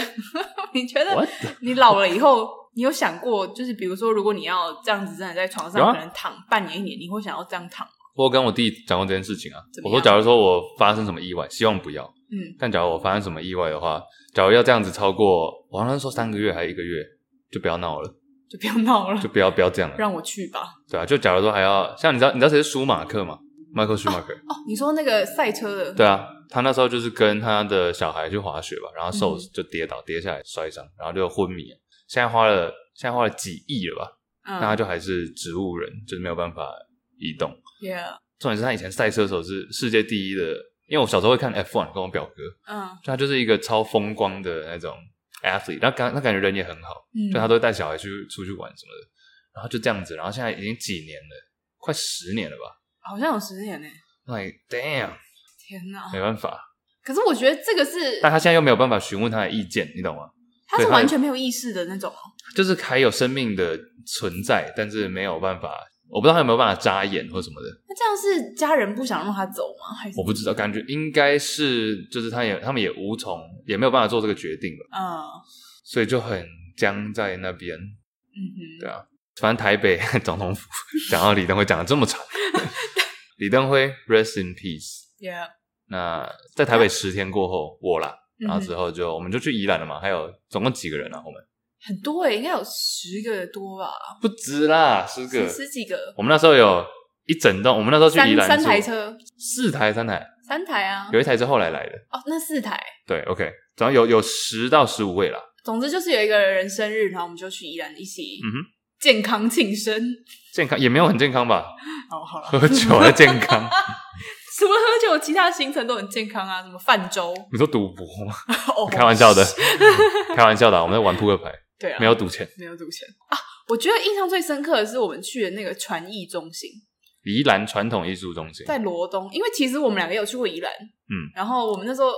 你觉得
What？
你老了以后，你有想过，就是比如说，如果你要这样子真的在床
有啊
上可能躺半年一年，你会想要这样躺吗？
我有跟我弟讲过这件事情啊
怎，么
我
样
说假如说我发生什么意外，希望不要，
嗯，
但假如我发生什么意外的话，假如要这样子超过，我好像说三个月还一个月，就不要闹了，
就不要闹了
就，不要不要这样了，
让我去吧。
对啊，就假如说还要像你知道你知道谁是舒马克吗？Michael Schumacher，、
哦，你说那个赛车的，
对啊，他那时候就是跟他的小孩去滑雪吧，然后受
嗯
就跌倒跌下来摔伤，然后就昏迷，现在花了现在花了几亿了吧，但
嗯，
他就还是植物人，就是没有办法移动。
yeah，
重点是他以前赛车手是世界第一的，因为我小时候会看 F1，跟我表哥，
嗯
就他就是一个超风光的那种 athlete，他感他感觉人也很好，
嗯，
就他都会带小孩去出去玩什么的，然后就这样子，然后现在已经几年了，快十年了吧
好像有十年呢，
？Like damn，
天哪！
没办法，
可是我觉得这个是
但他现在又没有办法询问他的意见，你懂吗？
他是
对他
完全没有意识的那种，啊
就是还有生命的存在，但是没有办法，我不知道他有没有办法眨眼或什么的，
那这样是家人不想让他走吗？还是
我不知道，感觉应该是就是他也他们也无从，也没有办法做这个决定了，
嗯
所以就很僵在那边。
嗯哼，
对啊，反正台北 总统府讲到李登辉讲的这么长， 李登辉 rest in peace。
yeah，
那在台北十天过后，我啦，然后
嗯哼
之后就我们就去宜兰了嘛，还有总共几个人啊？我们
很多诶，应该有十个多吧，
不止啦，十个
十。十几个，
我们那时候有一整栋，我们那时候去
三
宜兰
三台
住，
车，
四台三台，
三台啊，
有一台是后来来的。
哦，那四台。
对，OK，总共有有十到十五位啦。
总之就是有一个人生日，然后我们就去宜兰一起
嗯哼
健康庆生。
健康也没有很健康吧？
哦，好了，
喝酒的健康，
除了喝酒，其他行程都很健康啊，什么泛舟。
你说赌博吗？
哦，
开玩笑的，开玩笑 的啊，我们在玩扑克牌，
对啊，
没有赌钱。
没有赌钱啊。我觉得印象最深刻的是我们去的那个传艺中心，
宜兰传统艺术中心，
在罗东，因为其实我们两个也有去过宜兰，
嗯，
然后我们那时候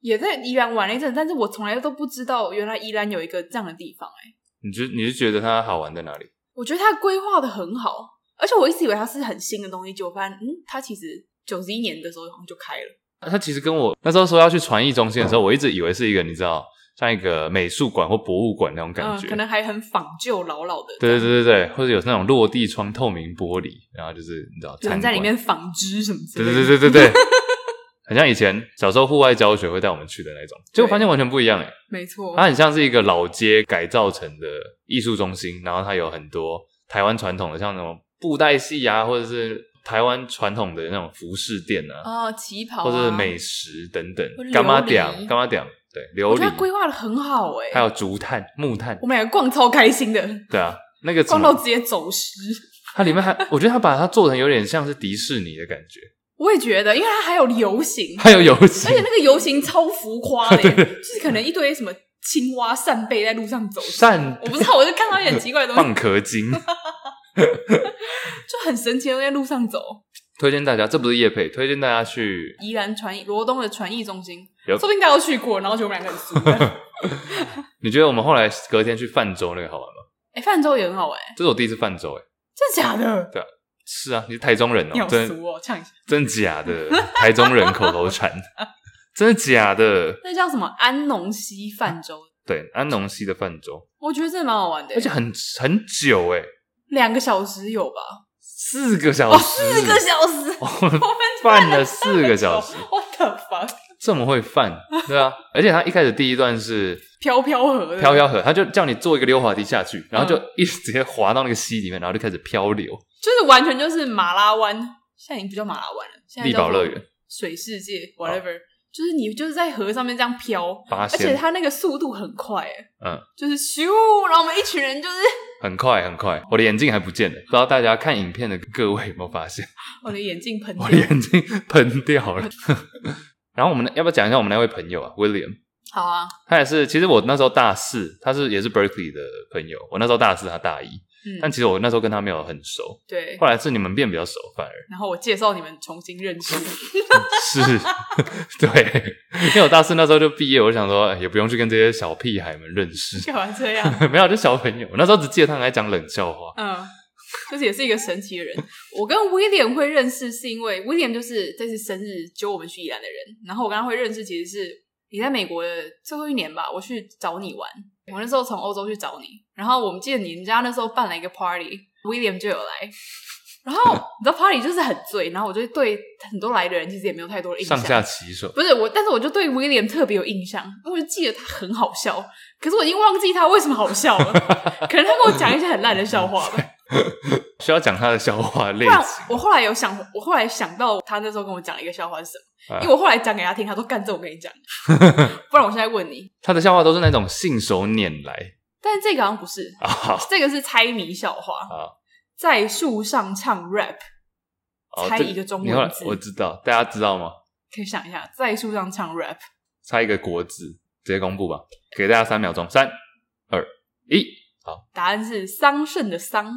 也在宜兰玩了一阵，但是我从来都不知道原来宜兰有一个这样的地方、哎，
你就你是觉得它好玩在哪里？
我觉得它规划的很好，而且我一直以为它是很新的东西，结果发现，嗯，它其实九十一年的时候好像就开了，
它其实跟我那时候说要去传艺中心的时候，我一直以为是一个你知道像一个美术馆或博物馆那种感
嗯，
觉，
可能还很仿旧老老的，
对对，对对对，或者有那种落地窗、透明玻璃，然后就是你知道
有
参观
人在里，面纺织什么之
对
类的，
对对对对对，很像以前小时候户外教学会带我们去的那种，结果发现完全不一样哎、
没错，
它很像是一个老街改造成的艺术中心，然后它有很多台湾传统的，像那种布袋戏啊，或者是台湾传统的那种服饰店啊，
哦，旗袍、啊、
或者是美食等等
或者琉。璃
干妈点，干妈点，对，
我
琉
觉得它规
璃，
划的很好、哎，
还有竹炭、木炭
我，们哦两个逛超开心的，
对啊，那个什
逛到
么，
直接走失。
它里面还，我觉得它把它做成有点像是迪士尼的感觉，
我也觉得，因为它还有 游行，
还有游
而
戏
且。那个游行超浮夸的耶，就是可能一堆什么青蛙、扇贝在路上走。
扇
我不知道，我就看到一些很奇怪的东西，
蚌壳精，
就很神奇的在路上走。
推荐大家，这不是叶配，推荐大家去
宜兰传艺罗东的传艺中心，
有
说不定大家都去过，然后就我们两个很熟。
你觉得我们后来隔天去泛舟那个好玩吗？
哎、泛舟也很好玩，
这是我第一次泛舟，哎，
真的假的？
是啊，你是台中人
你
哦，
好
真
俗哦，唱一下，
真假的，台中人口头 禅，真的假的？
那叫什么安农溪泛舟？
对，安农溪的泛舟，
我觉得真的蛮好玩的耶，
而且很很久哎，
两个小时有吧？
四个小
哦，
时，
四个小时，
我们
我们
犯了四个小 时，
，What the fuck？
这么会犯，对啊，而且他一开始第一段是
飘飘河的，
飘飘河，他就叫你做一个溜滑梯下去，然后
嗯
就一直直接滑到那个溪里面，然后就开始漂流，
就是完全就是马拉湾，现在已经不叫马拉湾了，现在
力
叫
宝
做
乐园
水世界，whatever，、就是你就是在河上面这样飘，
八
而且
仙，
它那个速度很快，哎，
嗯，
就是咻，然后我们一群人就是，
很快很快，我的眼镜还不见了，不知道大家看影片的各位有没有发现，
我的眼镜喷
我
掉
的，眼镜喷掉了。 然后我们要不要讲一下我们那位朋友啊，William？
好啊，
他也是，其实我那时候大四，他是也是 Berkeley 的朋友。我那时候大四，他大一，但
嗯，
其实我那时候跟他没有很熟。
对，
后来是你们变比较熟，反而
然后我介绍你们重新认识，
是 对，因为我大四那时候就毕业，我就想说哎也不用去跟这些小屁孩们认识，
干嘛这样？
没有就小朋友。我那时候只记得他很爱讲冷笑话，
嗯，就是也是一个神奇的人。 我跟 William 会认识是因为 William 就是这次生日揪我们去宜兰的人，然后我跟他会认识其实是你在美国的最后一年吧，我去找你玩，我那时候从欧洲去找你，然后我们记得你们家那时候办了一个 party，William 就有来。然后你知道 party 就是很醉，然后我就对很多来的人其实也没有太多的印象，
上下其手。
不是我，但是我就对威廉特别有印象，因为我就记得他很好笑，可是我已经忘记他为什么好 笑了，可能他跟我讲一些很烂的笑话吧。
需要讲他的笑话类
不然
型，
我后来有想，我后来想到他那时候跟我讲了一个笑话是什么，
啊
因为我后来讲给他听，他说干这我跟 你讲，不然我现在问你，
他的笑话都是那种信手拈来
但是这个好像不是，
啊哈。
这个是猜谜笑话
好，
在树上唱 rap，
哦
猜
这
一个中
你后
文
来
字，
我知道，大家知道吗？
可以想一下，在树上唱 rap，
猜一个国字，直接公布吧，给大家三秒钟，三、二、一。
答案是桑葚的桑，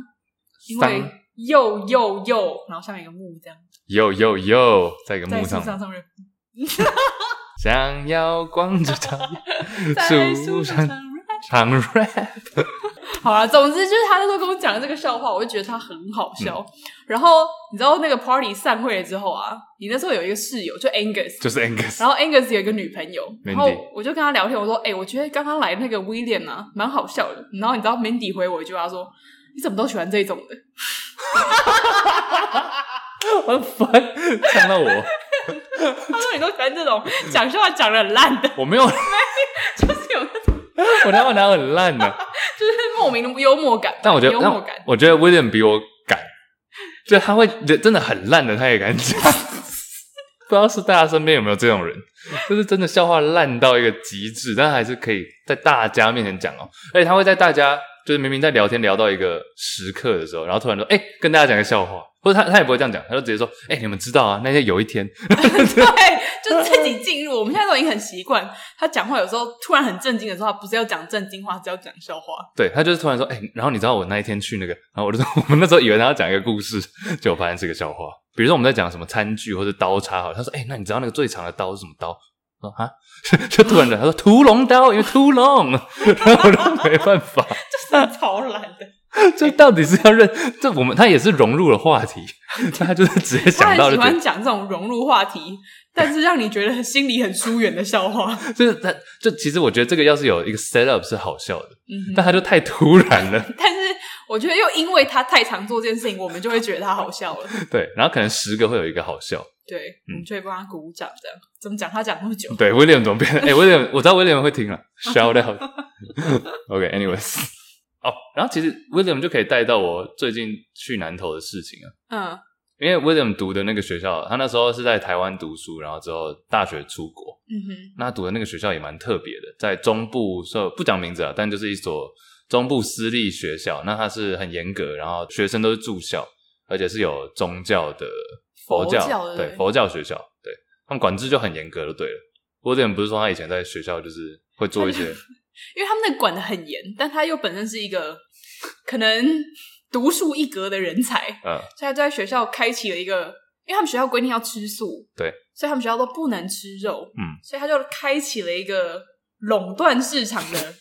因
桑
为又又又，然后下面一个木这样。
哟哟哟，在一个
在
木
树
上，
上上面，
想要光着长 树
在树
上
上上面。
长 rap，
好了，总之就是他那时候跟我讲的这个笑话，我就觉得他很好笑。
嗯
然后你知道那个 party 散会了之后啊，你那时候有一个室友就 Angus，
就是 Angus
然后 Angus 有一个女朋友，
Mindy
然后我就跟他聊天，我说：“哎、我觉得刚刚来那个 William 啊，蛮好笑的。”然后你知道 Mindy 回我一句话说：“你怎么都喜欢这种的
很烦， 呛到我，？”
他说：“你都喜欢这种讲笑话讲的很烂的，
我没有，
就是有 那种
我哪有哪有很烂的、
就是莫名的幽默感。”
但我觉得，
幽
但
默
我
感，
我觉得 William 比我敢，就他会就真的很烂的，他也敢讲。 不知道是大家身边有没有这种人，就是真的笑话烂到一个极致，但还是可以在大家面前讲哦。而且他会在大家就是明明在聊天聊到一个时刻的时候，然后突然说：“哎、跟大家讲个笑话。”或者他他也不会这样讲，他就直接说：“哎、你们知道啊，那天有一天，
对，就是自己进入。我们现在都已经很习惯，他讲话有时候突然很震惊的时候，他不是要讲正经话，只要讲笑话。
对他就是突然说：哎、然后你知道我那一天去那个，然后我就说 我们那时候以为他要讲一个故事，结果发现是个笑话。比如说我们在讲什么餐具或者刀叉，好了，他说：哎、那你知道那个最长的刀是什么刀？我说啊， 就突然讲，他说屠龙刀，因为屠龙， 然后我就没办法，
就是超懒的，
这到底是要认这我们他也是融入了话题，他就是直接
他
想到
很
就觉得
喜欢讲这种融入话题，但是让你觉得心里很疏远的笑话。
就是他就其实我觉得这个要是有一个 set up 是好笑的，
嗯哼，
但他就太突然了。
但是我觉得又因为他太常做这件事情，我们就会觉得他好笑了。
对，然后可能十个会有一个好笑。
对，
嗯
我们就会帮他鼓掌，这样怎么讲？他讲那么久，
对，William 怎么变？哎、w i l l i a m 我知道 William 会听了，shout out。OK，anyways，、哦， 然后其实 William 就可以带到我最近去南投的事情啊，
嗯
因为 William 读的那个学校，他那时候是在台湾读书，然后之后大学出国，
嗯哼，
那他读的那个学校也蛮特别的，在中部，说不讲名字啊，但就是一所中部私立学校，那它是很严格，然后学生都是住校，而且是有宗教的佛教，
佛教对不
对
对
佛教学校，对他们管制就很严格，就对了。我点不是说他以前在学校就是会做一些，
因为他们那管的很严，但他又本身是一个可能独树一格的人才，
嗯，
所以他就在学校开启了一个，因为他们学校规定要吃素，
对，
所以他们学校都不能吃肉，
嗯，
所以他就开启了一个垄断市场的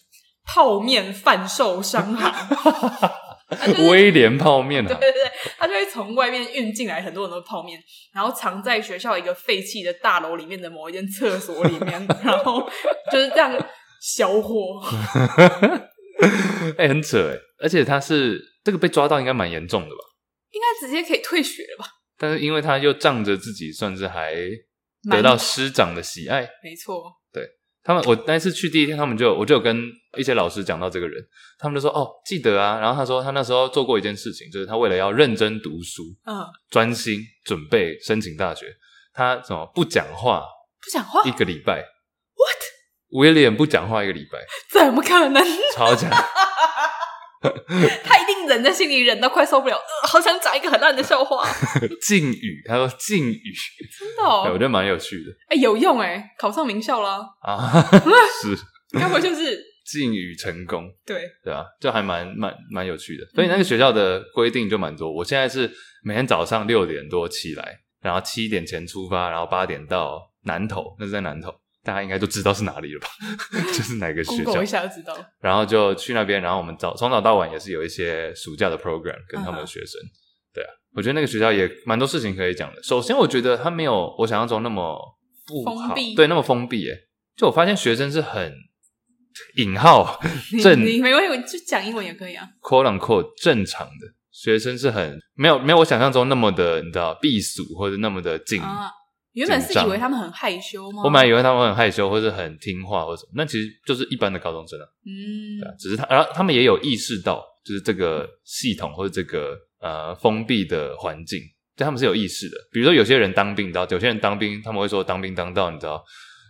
泡面贩售商行， 他就是
威廉泡面
对
啊，
对对，他就会从外面运进来很多很多泡面，然后藏在学校一个废弃的大楼里面的某一间厕所里面，然后就是这样销货，
哎、很扯哎、而且他是这个被抓到应该蛮严重的吧？
应该直接可以退学了吧？
但是因为他又仗着自己算是还得到
蛮
师长的喜爱，
没错，
他们我那一次去第一天，他们就我就有跟一些老师讲到这个人，他们就说哦记得啊，然后他说他那时候做过一件事情，就是他为了要认真读书、
嗯，
专心准备申请大学，他怎么不讲话
不讲话
一个礼拜？What？William 不讲话一个礼拜，
怎么可能？
超强，
他一定忍在心里忍到快受不了，呃、好想讲一个很烂的笑话，
禁语，他说禁语，
真的、
对我
哦
觉，得蛮有趣的
哎、有用哎、考上名校 啦，
啊，是
该不会就是
禁语成功。
对，
对啊，就还蛮蛮蛮有趣的。所以那个学校的规定就蛮多。我现在是每天早上六点多起来，然后七点前出发，然后八点到南头，那是在南头。大家应该都知道是哪里了吧？ 就是哪个学
Google
校
一。下就知道。
然后就去那边，然后我们早从早到晚也是有一些暑假的 program 跟他们
嗯
的学生。对啊，我觉得那个学校也蛮多事情可以讲的。首先，我觉得他没有我想象中那么不好
封闭
对，那么封闭。耶。就我发现学生是很引 号正
你你没关系，就讲英文也可以啊。
quote unquote 正常的学生是很没有没有我想象中那么的你知道避暑或者那么的紧
啊，原本是
紧张
以为他们很害羞吗？
嗯我本来以为他们很害羞，或是很听话，或者什么，那其实就是一般的高中生啊。
嗯
对啊，只是他，然后他们也有意识到，就是这个系统或者这个呃封闭的环境，对他们是有意识的。比如说有些人当兵，你知道，有些人当兵，他们会说当兵当到你知道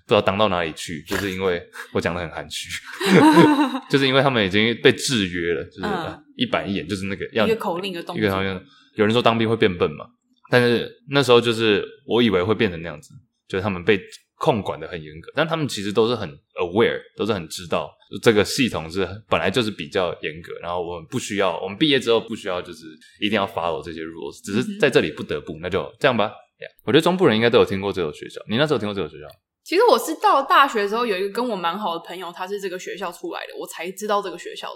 不知道当到哪里去，就是因为我讲的很含蓄， 就是因为他们已经被制约了，就是、
嗯
啊一板一眼，就是那个样
一
子
个口令的动
一
作，
个好像有人说当兵会变笨嘛，但是那时候就是我以为会变成那样子，就是他们被控管的很严格，但他们其实都是很 aware，都是很知道这个系统是本来就是比较严格，然后我们不需要，我们毕业之后不需要就是一定要 follow 这些 rules，只
嗯
是
哼
在这里不得不，那就这样吧。Yeah，我觉得中部人应该都有听过这所学校，你那时候听过这所学校？
其实我是到大学的时候，有一个跟我蛮好的朋友，他是这个学校出来的，我才知道这个学校的。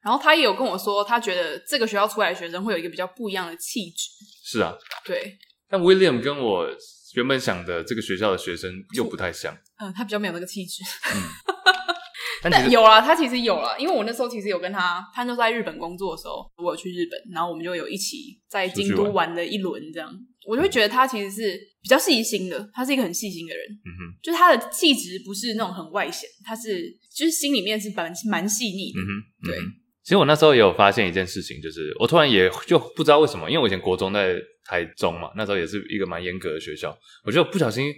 然后他也有跟我说，他觉得这个学校出来的学生会有一个比较不一样的气质。
是啊，
对，
但 William 跟我原本想的这个学校的学生又不太 像，
嗯，他比较没有那个气质。
但其
但
实
有啊啦，他其实有啦，因为我那时候其实有跟他，他那时候在日本工作的时候，我有去日本，然后我们就有一起在
出
京
去嗯
都玩了一轮，这样我就会觉得他其实是比较细心的，他是一个很细心的人。
嗯哼。
就是他的气质不是那种很外显，他是就是心里面是蛮蛮细腻的
嗯。哼，
对
嗯哼。其实我那时候也有发现一件事情，就是我突然也就不知道为什么，因为我以前国中在台中嘛，那时候也是一个蛮严格的学校，我就不小心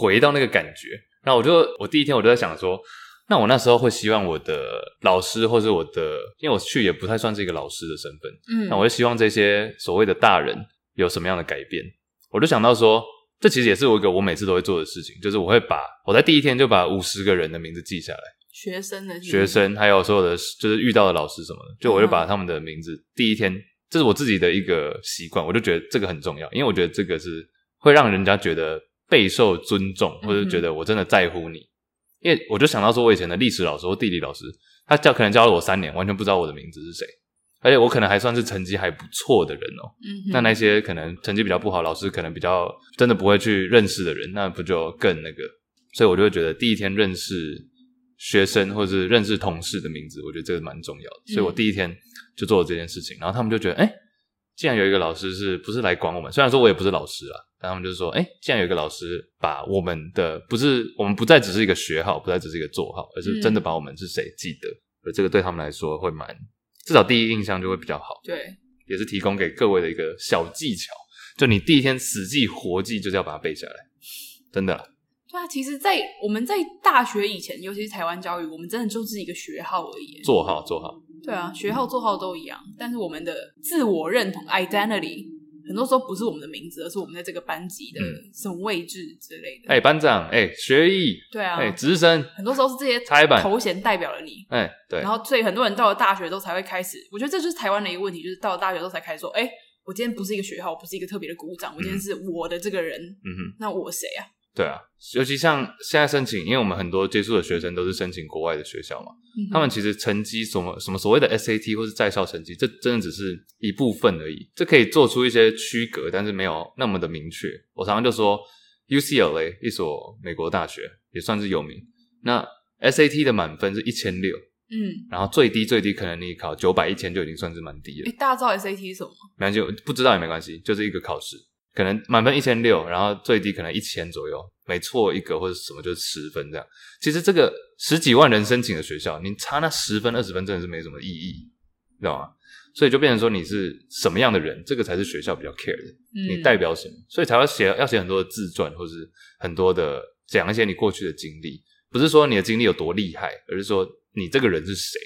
回到那个感觉。然后我就我第一天我就在想说，那我那时候会希望我的老师或是我的，因为我去也不太算是一个老师的身份，
嗯，
那我就希望这些所谓的大人有什么样的改变。我就想到说，这其实也是我一个我每次都会做的事情，就是我会把我在第一天就把五十个人的名字记下来。
学生的嗯
学，生，还有所有的就是遇到的老师什么的，就我就把他们的名字第一天，这是我自己的一个习惯，我就觉得这个很重要，因为我觉得这个是会让人家觉得备受尊重，
嗯
或者觉得我真的在乎你。因为我就想到说，我以前的历史老师或地理老师，他教可能教了我三年，完全不知道我的名字是谁，而且我可能还算是成绩还不错的人哦、
嗯哼，
那那些可能成绩比较不好，老师可能比较真的不会去认识的人，那不就更那个？所以我就会觉得第一天认识学生或是认识同事的名字，我觉得这个蛮重要的。所以我
嗯
第一天就做了这件事情，然后他们就觉得，哎、既然有一个老师是不是来管我们？虽然说我也不是老师啊，但他们就说，哎、既然有一个老师把我们的不是我们不再只是一个学号，不再只是一个座号，而是真的
嗯
把我们是谁记得，而这个对他们来说会蛮至少第一印象就会比较好。
对，
也是提供给各位的一个小技巧，就你第一天死记活记就是要把它背下来，真的啦。
对啊，其实在，我们在大学以前，尤其是台湾教育，我们真的就是一个学号而已。
做好做好，
对啊，学号、座号都一样，但是我们的自我认同 （identity） 很多时候不是我们的名字，而是我们在这个班级的
嗯
什么位置之类的。
哎、班长，哎、学艺，
对啊，
哎、值日生，
很多时候是这些
插一板
头衔代表了你。
哎、对
然，后所以很多人到了大学之后才会开始，我觉得这就是台湾的一个问题，就是到了大学之后才开始说，哎、我今天不是一个学号，我不是一个特别的鼓掌，我今天是我的这个人，
嗯哼，
那我谁啊？
对啊，尤其像现在申请，因为我们很多接触的学生都是申请国外的学校嘛，
嗯哼
他们其实成绩什么什么所谓的 SAT 或是在校成绩，这真的只是一部分而已，这可以做出一些区隔，但是没有那么的明确。我常常就说，UCLA 一所美国大学也算是有名，那 SAT 的满分是一千六，
嗯，
然后最低最低可能你考九百一千就已经算是蛮低了
哎、。大家知道 SAT 是什么吗？
没关系，我不知道也没关系，就是一个考试，可能满分一千六，然后最低可能一千左右，每错一个或者什么就是十分这样。其实这个十几万人申请的学校，你差那十分二十分真的是没什么意义，你知道吗？所以就变成说你是什么样的人，这个才是学校比较 care 的，
嗯，
你代表什么，所以才要写要写很多的自传，或是很多的讲一些你过去的经历，不是说你的经历有多厉害，而是说你这个人是谁，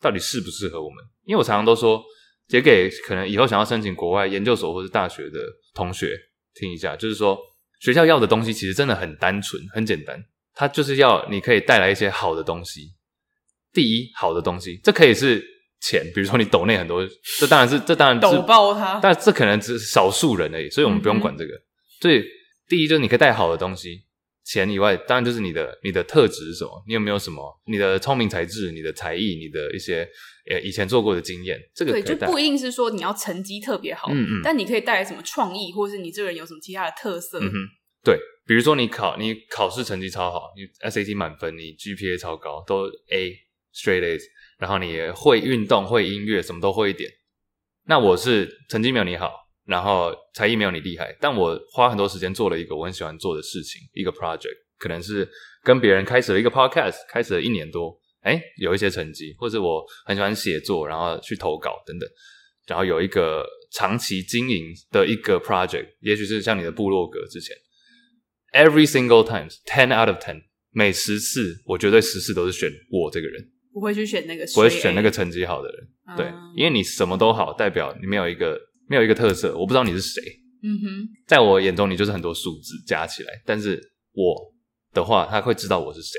到底适不适合我们？因为我常常都说，也给可能以后想要申请国外研究所或是大学的同学听一下，就是说学校要的东西其实真的很单纯、很简单，它就是要你可以带来一些好的东西。第一，好的东西，这可以是钱，比如说你抖内很多，这当然是这当然是
抖爆他，
但
嗯
这可能只是少数人而已，所以我们不用管这个。所以第一就是你可以带好的东西，钱以外，当然就是你的你的特质是什么，你有没有什么你的聪明才智、你的才艺、你的一些呃以前做过的经验，这个可
对，
以
就
带
不一定是说你要成绩特别好，
嗯嗯
但你可以带来什么创意，或是你这个人有什么其他的特色。
嗯哼，对，比如说你考你考试成绩超好，你 SAT 满分，你 GPA 超高，都 A straight A's，然后你也会运动、会音乐，什么都会一点。那我是成绩没有你好，然后才艺没有你厉害，但我花很多时间做了一个我很喜欢做的事情，一个 project，可能是跟别人开始了一个 podcast，开始了一年多，哎，有一些成绩，或者我很喜欢写作，然后去投稿等等，然后有一个长期经营的一个 project，也许是像你的部落格之前，every single times ten out of ten，每十次我绝对十次都是选我这个人，
不会去选那个，嗯
不会选那个，成绩好的人。对，因
为
为你什么都好，代表你没有一个没有一个特色，我不知道你是谁，
嗯哼，
在我眼中你就是很多数字加起来，但是我的话，他会知道我是谁。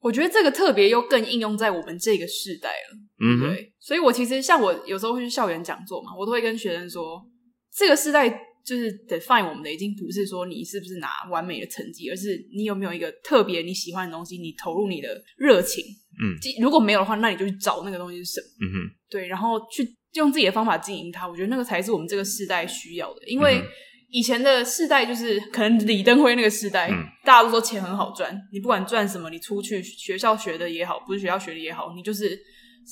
我觉得这个特别又更应用在我们这个世代了。
嗯哼，
对，所以我其实像我有时候会去校园讲座嘛，我都会跟学生说，这个世代就是 define 我们的已经不是说你是不是拿完美的成绩，而是你有没有一个特别你喜欢的东西，你投入你的热情。
嗯
即，如果没有的话，那你就去找那个东西是什么。
嗯哼，
对，然后去用自己的方法经营它，我觉得那个才是我们这个世代需要的。因为
嗯哼
以前的世代就是可能李登辉那个世代，
嗯
大家都说钱很好赚，你不管赚什么，你出去学校学的也好，不是学校学的也好，你就是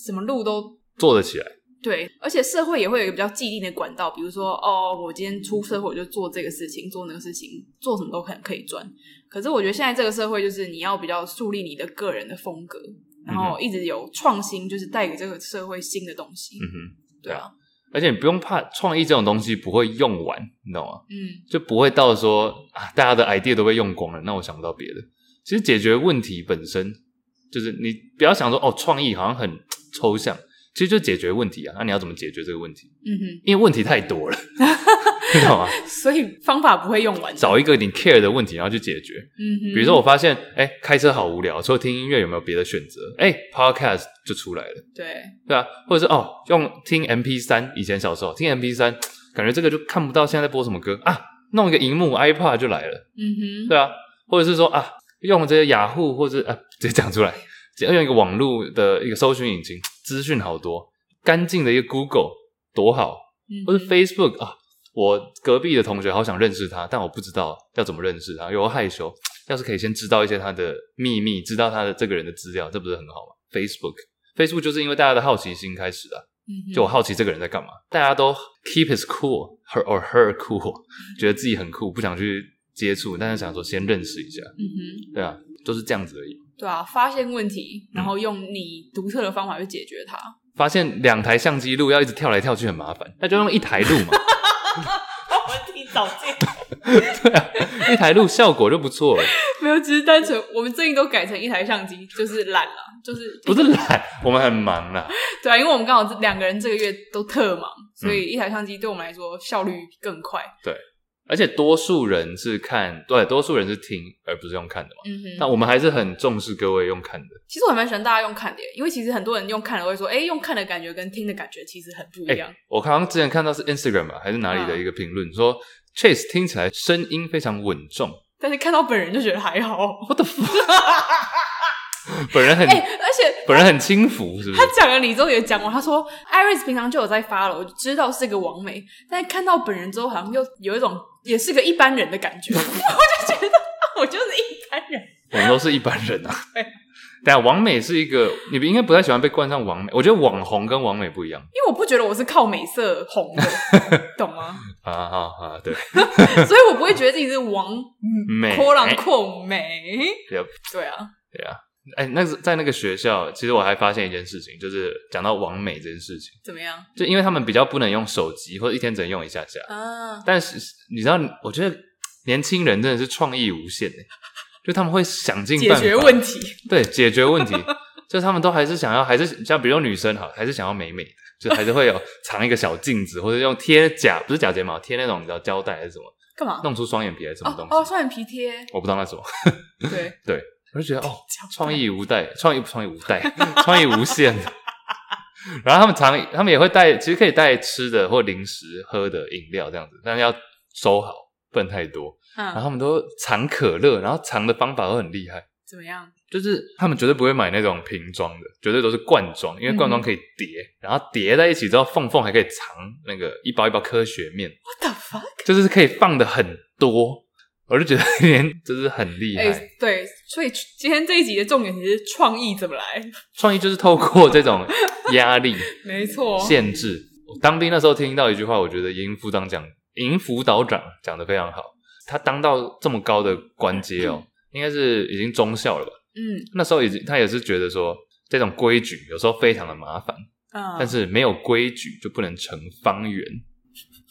什么路都
做得起来。嗯
对，而且社会也会有一个比较既定的管道，比如说哦，我今天出社会我就做这个事情，做那个事情，做什么都很可以赚。可是我觉得现在这个社会就是你要比较树立你的个人的风格，
嗯
然后一直有创新，就是带给这个社会新的东西。
嗯哼，
对啊，
而且你不用怕创意这种东西不会用完，你懂吗？
嗯，
就不会到说啊，大家的 idea 都被用光了，那我想不到别的。其实解决问题本身就是你不要想说哦，创意好像很抽象，其实就解决问题啊。那、你要怎么解决这个问题？
嗯
因为问题太多了，你懂吗？
哼， 所以方法不会用完。
找一个你 care 的问题，然后去解决。
嗯
比
哼，
如说，我发现哎、开车好无聊，除了听音乐有没有别的选择？哎、p o d c a s t 就出来了。
对，嗯
对啊，或者是哦，用听 MP 三，以前小时候听 MP 三，感觉这个就看不到现在在播什么歌啊，弄一个荧幕 iPad 就来了，
嗯哼，
对啊，或者是说啊，用这些雅虎或者啊直接讲出来，直接用一个网络的一个搜寻引擎，资讯好多，干净的一个 Google 多好，
嗯哼
或是 Facebook 啊，我隔壁的同学好想认识他，但我不知道要怎么认识他，又害羞，要是可以先知道一些他的秘密，知道他的这个人的资料，这不是很好吗？Facebook。Facebook 就是因为大家的好奇心开始的啊、
嗯哼
就我好奇这个人在干嘛，大家都 keep his cool her or her cool，觉 得自己很酷，不想去接触，但是想说先认识一下，
嗯哼，
对啊，就是这样子而已。
对啊，发现问
嗯
题，然后用你独特的方法去解决它。
发现两台相机录要一直跳来跳去很麻烦，那就用一台录 嘛，
我提早见。
啊一台录效果就不错了，
没有，只是单纯我们最近都改成一台相机，就是懒了，就是
不是懒，我们很忙啦，
对啊，因为我们刚好这两个人这个月都特忙，所
嗯
以一台相机对我们来说效率更快。
而且多数人是看，对，多数人是听而不是用看的嘛，
嗯
那
哼，
我们还是很重视各位用看的。
其实我还蛮喜欢大家用看的耶，因为其实很多人用看了会说，哎，用看的感觉跟听的感觉其实很不一
哎、
样。
我刚刚之前看到是 Instagram 吧，还是哪里的一个评论、说 Chase 听起来声音非常稳重。
但是看到本人就觉得还好，
我的本人很、
哎、而且
本人很轻浮，是不是
他？讲了你之后也讲我，他说 Iris 平常就有在发了，我就知道是个王美，但是看到本人之后，好像又有一种也是个一般人的感觉，我 就觉得啊我就是一般人。
我们都是一般人啊
对。
但王美是一个，你应该不太喜欢被冠上王美。我觉得网红跟王美不一样
因为我不觉得我是靠美色红的，懂吗？
啊啊啊！对，
所以我不会觉得自己是王
美
阔朗阔美。
Yep
对啊，
对啊。哎、那是在那个学校，其实我还发现一件事情，就是讲到王美这件事情，
怎么样？
就因为他们比较不能用手机，或者一天只能用一下下。
啊，
但是你知道，我觉得年轻人真的是创意无限欸就他们会想尽
解
办法
决问题。
对，解决问题，就他们都还是想要，还是像比如说女生好，还是想要美美的，就还是 会有藏一个小镜子，或者用贴假不是假睫毛，贴那种你知道胶带还是什么，
干嘛？
弄出双眼皮还是什么
哦
东西，
哦，双眼皮贴。
我不知道那 什么，
对，
我就觉得哦，创意无代，创意不创意无 代，创意无限。然后他们常，他们也会带，其实可以带吃的或零食、喝的饮料这样子，但是要收好，笨太多，然后
嗯，
他们都藏可乐，然后藏的方法都很厉害，
怎么样？
就是他们绝对不会买那种瓶装的，绝对都是罐装，因为罐装可以叠，然后叠在一起之后缝缝还可以藏那个一包一包科学面，
What the fuck？
就是可以放的很多，我就觉得 连就是很厉害。
哎、对，所以今天这一集的重点其实是创意怎么来，
创意就是透过这种压力
没错，
限制。我当兵那时候听到一句话，我觉得营副长讲，营辅导长讲的非常好。他当到这么高的官阶哦，应该是已经中校了吧？
嗯
那时候已经他也是觉得说，这种规矩有时候非常的麻烦，
嗯，
但是没有规矩就不能成方圆，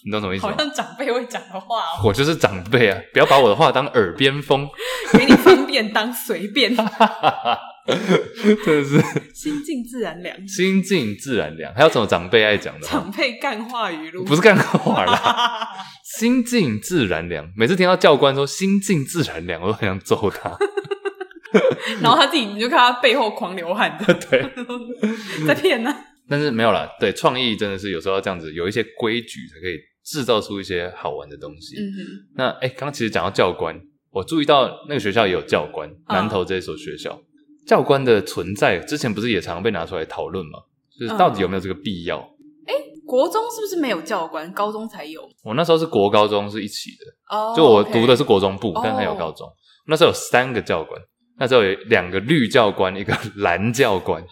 你懂什么意思
好
吗？
像长辈会讲的话哦。
我就是长辈啊，不要把我的话当耳边风，
给你方便当随 便，
真的是
心静自然 凉。
心静自然凉。还有什么长辈爱讲的话？
长辈干话语录
不是干话啦，
啦，
心静自然凉。每次听到教官说“心静自然凉”，我都很想揍 他。
然后他自己你就看他背后狂流汗 的，
对，
在骗呢、
但是没有啦。对，创意真的是有时候要这样子，有一些规矩才可以制造出一些好玩的东西。
嗯哼，
那哎，刚刚其实讲到教官，我注意到那个学校也有教官，
嗯
南投这所学校、教官的存在，之前不是也常被拿出来讨论吗？就是到底有没有这个必要？
国中是不是没有教官，高中才有？
我那时候是国高中是一起的，
哦
就我读的是国中部
哦
但他有高中。那时候有三个教官，那时候有两个绿教官，一个蓝教官，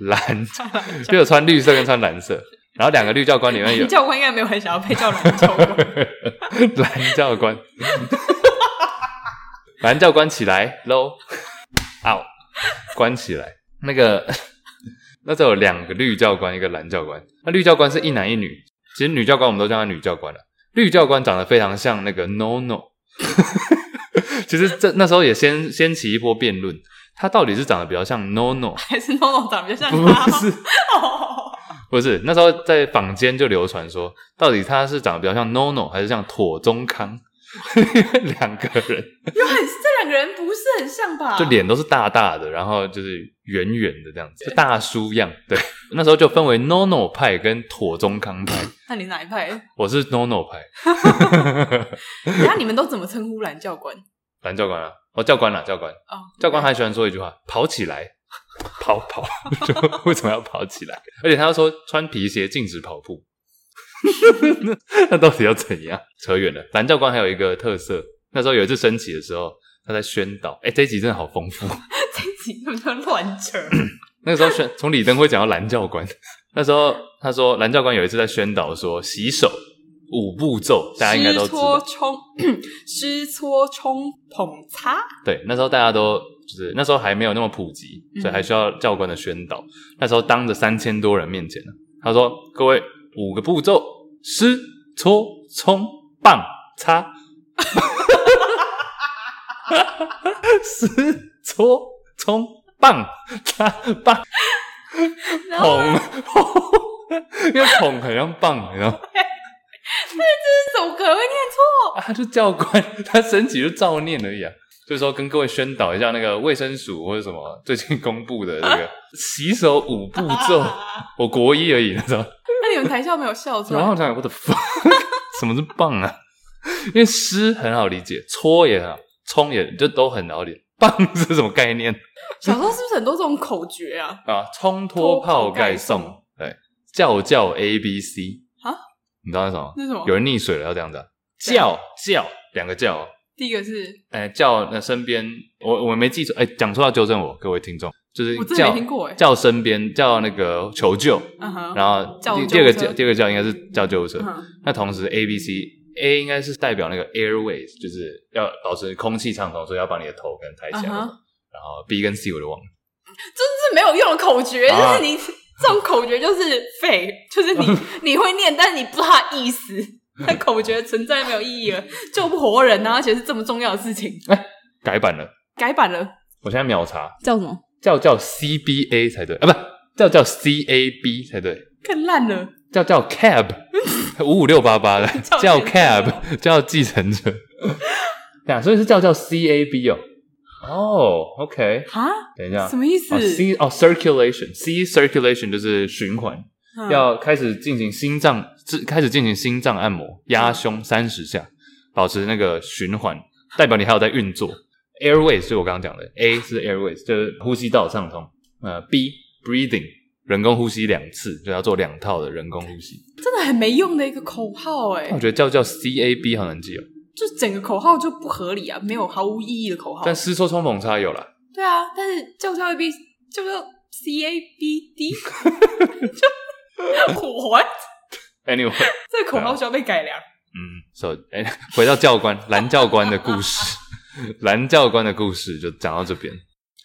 蓝 就有穿绿色跟穿蓝色。然后两个绿教官里面有
教官应该没有很想要被叫蓝教官，
蓝教官， 蓝教官起来喽，out，关起来。那个 那时候有两个绿教官，一个蓝教官。那绿教官是一男一女，其实女教官我们都叫她女教官了。绿教官长得非常像那个 No No，其实这那时候也先掀起一波辩论，他到底是长得比较像 No No，
还是 NONO 长得比较像
不
他？
是
哦，
不是，那时候在坊间就流传说，到底他是长得比较像 NONO 还是像妥宗康， 两个人
有很这两个人不是很像吧？
就脸都是大大的，然后就是圆圆的这样子，就大叔样。对，那时候就分为 NONO 派跟妥宗康派，
那你哪一派？
我是 NONO 派，
然后你们都怎么称呼蓝教官？
蓝教官啊，哦教官啦、教官，
哦，
教官还喜欢说一句话：跑起来，跑跑， 就为什么要跑起 来？而且他说穿皮鞋禁止跑 步，那到底要怎样？扯远了。蓝教官还有一个特色，那时候有一次升旗的时候，他在宣导。哎、这一集真的好丰富。
这一集根本就乱扯。
那个时候宣从李登辉讲到蓝教官， 那时候他说蓝教官有一次在宣导说洗手五步骤， 大家应该都
湿
知道
搓。冲， 湿搓冲捧擦，
对，那时候大家都就是那时候还没有那么普及，
嗯
所以还需要教官的宣导。那时候当着三千多人面前呢，他说：“各位，五个步骤：湿、搓、冲、棒、擦。湿、搓、冲、棒、擦、棒、
然后
捧。 因为捧很像棒，你知道吗？
这首歌会念错，
啊，他就教官，他升旗就照念而已啊。就是说跟各位宣导一下那个卫生署或者什么最近公布的这个洗手五步骤，我国一而已那时候。
那你们台校没有笑 出
然后
来
我？想，我的什么是棒啊？因为湿很好理解，搓也很好，冲也就都很好理解。棒是什么概念
小时候是不是很多这种口诀啊？
啊？冲脱泡盖送，对，叫叫 A B C
啊，
你知道那什么？
那是什么
有？人溺水了要这样子、啊，
这样
叫叫两个叫哦、
第一个是，
哎、叫那身边，我我没记错，哎、讲错要纠正我，各位听众，就是
我真的
叫
没听过哎
叫身边叫那个求救，
嗯哼，
然后
叫
第
救
第二个
护车
叫第二个叫应该是叫救护车，
嗯哼
那同时 A B C A 应该是代表那个 airways，就是要保持空气畅通，所以要把你的头可能抬起来，
嗯哼
然后 B 跟 C 我就忘了，
这是没有用的口诀，就
啊
是你这种口诀就是废，就是 你你会念，但是你不知道它意思。那口诀存在没有意义了，救不活人啊！而且是这么重要的事情，
改版了，
改版了，
我现在秒查，
叫什么？
叫叫 C B A 才对，啊，不叫叫 C A B 才对，
更烂了，
叫叫 cab 五五六八八的叫
叫计程车
cab 叫计程车，对啊，所以是叫叫 cab 哦。哦、o k
啊？
等一下
什，么意思？
哦 c 哦 circulation，c circulation 就是循环，
嗯嗯
要开始进行心脏，自开始进行心脏按摩，压胸三十下，保持那个循环，代表你还有在运作。Airways 就是我刚刚讲的，A 是 airways，就是呼吸道畅通。呃，B breathing，人工呼吸两次，就要做两套的人工呼吸。
真的很没用的一个口号哎、
那我觉得叫叫 CAB 好难记哦，
就整个口号就不合理啊，没有毫无意义的口号。
但失错冲逢差有啦，
对啊，但是就叫 A B 就叫 C A B D，就 what
Anyway，
这个口号需要被改良。
嗯，so 哎、回到教官 蓝教官的故事， 蓝教官的故事就讲到这边。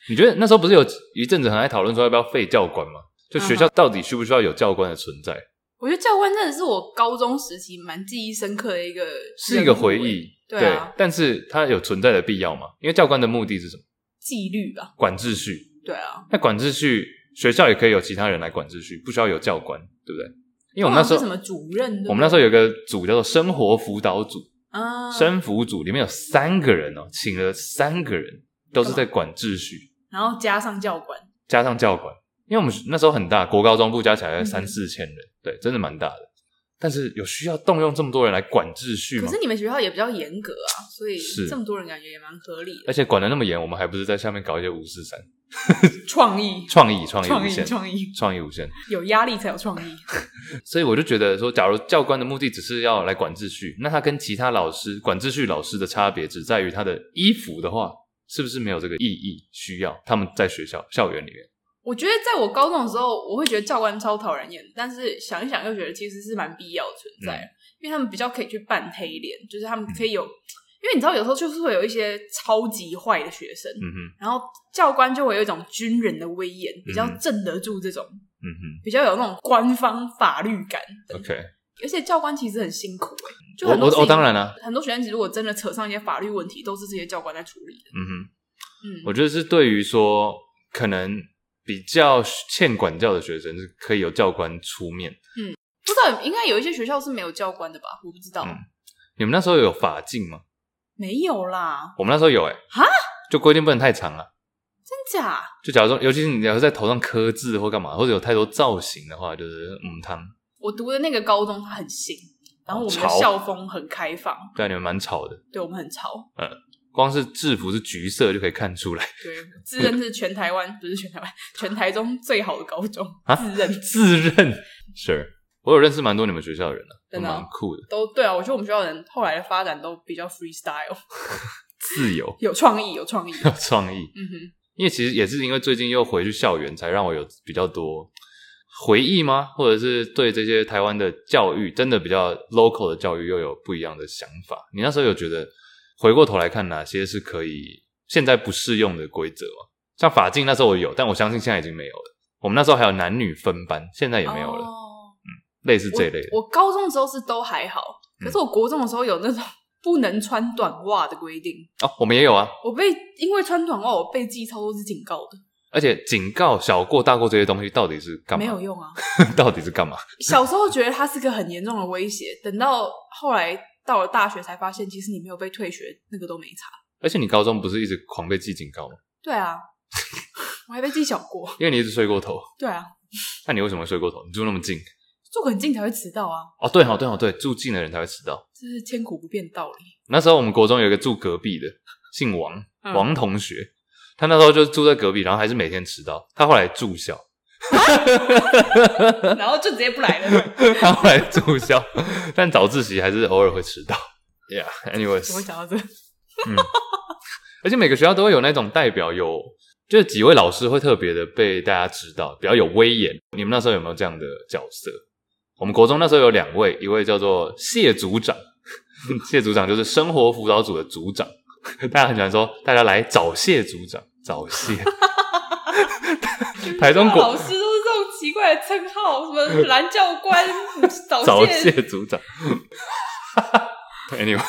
你觉得那时候不是有一阵子很爱讨论说要不要废教官吗？就学校到底需不需要有教官的存在，
我觉得教官真的是我高中时期蛮记忆深刻的一个，
是一个回，忆。
对啊
但是它有存在的必要吗？因为教官的目的是什么？
纪律吧，
管秩序。
对啊。
那管秩序，学校也可以有其他人来管秩序，不需要有教官，对不对？因为我们那时
通常是什
候，
么主任，
我们那时
候
候有个组叫做生活辅导组，
啊，
生辅组里面有三个人哦，请了三个人，都是在管秩序，
然后加上教官，
加上教管，因为我们那时候很大，国高中部加起来
嗯
三四千人，对，真的蛮大的。但是有需要动用这么多人来管秩序
可
吗
是？你们学校也比较严格啊，所以
是
这么多人感觉也蛮合理的
而。且管的那么严，我们还不是在下面搞一些五四三
创意，
创意、创
创
意无
意，
限、
创意，
创意无限。
有压力才有创意。
所以我就觉得说，假如教官的目的只是要来管秩序，那他跟其他老师管秩序老师的差别只在于他的衣服的话，是不是没有这个意义？需要他们在学校校园里面。
我觉得在我高中的时候，我会觉得教官超讨人厌，但是想一想又觉得其实是蛮必要的存在，
嗯
因为他们比较可以去扮黑脸，就是他们可以有，因为你知道有时候就是会有一些超级坏的学生，
嗯哼，
然后教官就会有一种军人的威严，比较镇得住这种，
嗯哼。
比较有那种官方法律感。
OK，
而且教官其实很辛苦哎、就
我
很多
嗯
事
我
情
我当然了、
很多学生其实如果真的扯上一些法律问题，都是这些教官在处理的。
嗯哼，
嗯，
我觉得是对于说可能比较欠管教的学生是可以有教官出面。
不知道应该有一些学校是没有教官的吧？我不知道，
嗯你们那时候有法禁吗？
没有啦。
我们那时候有哎、
哈
就规定不能太长了。
真假？
就假如说，尤其是你要是在头上刻字或干嘛，或者有太多造型的话，就是嗯汤。
我读的那个高中它很新，然后我们的
潮
校风很开放，
对啊，你们蛮吵的。
对我们很潮。
光是制服是橘色就可以看出来，
对，自认是全台湾不是全台湾， 全台中最好的高中，
啊
自认
自认 sure。我有认识蛮多你们学校的人啊，都
真的啊
蛮酷的，
都对啊。我觉得我们学校的人后来的发展都比较 freestyle，
自由
有创意，有创意。
有创意。
嗯哼，
因为其实也是因为最近又回去校园，才让我有比较多回忆吗？或者是对这些台湾的教育，真的比较 local 的教育又有不一样的想法。你那时候有觉得回过头来看哪些是可以现在不适用的规则吗？像法禁那时候我有，但我相信现在已经没有了。我们那时候还有男女分班，现在也没有了，
哦、
类似
我
这一类的。
我高中的时候是都还好，
嗯
可是我国中的时候有那种 不能穿短袜的规定，
哦，我们也有啊，
我被因为穿短袜我被记超多次警告的，
而且警告、小过、大过这些东西到底是干嘛？
没有用啊。
到底是干嘛？
小时候觉得它是个很严重的 威胁，等到后来到了大学才发现，其实你没有被退学，那个都没差。
而且你高中不是一直狂被记警告吗？
对啊，我还被记小过。
因为你一直睡过头。
对啊，
那你为什么会睡过头？你住那么近？
住很近才会迟到啊，
哦，对好，对好，对，住近的人才会迟到。
这是千古不变道理。
那时候我们国中有一个住隔壁的，姓王，
嗯
王同学，他那时候就住在隔壁，然后还是每天迟到。他后来住校，
然后就直接不 来了。
他后来住校， 但早自习还是偶尔会迟到。
怎么
Yeah，anyways，
讲到这？
而且每个学校都会有那种代表有，就是几位老师会特别的被大家知道，比较有威严。你们那时候有没有这样的角色？我们国中那时候有两位，一位叫做谢组长， 谢组长就是生活辅导组的组长，大家很喜欢说大家来找谢组长，找 谢。 台中
老
国
师都是这种奇怪的称号，什么蓝教 官、
找
早
谢
泄，
组长。anyway，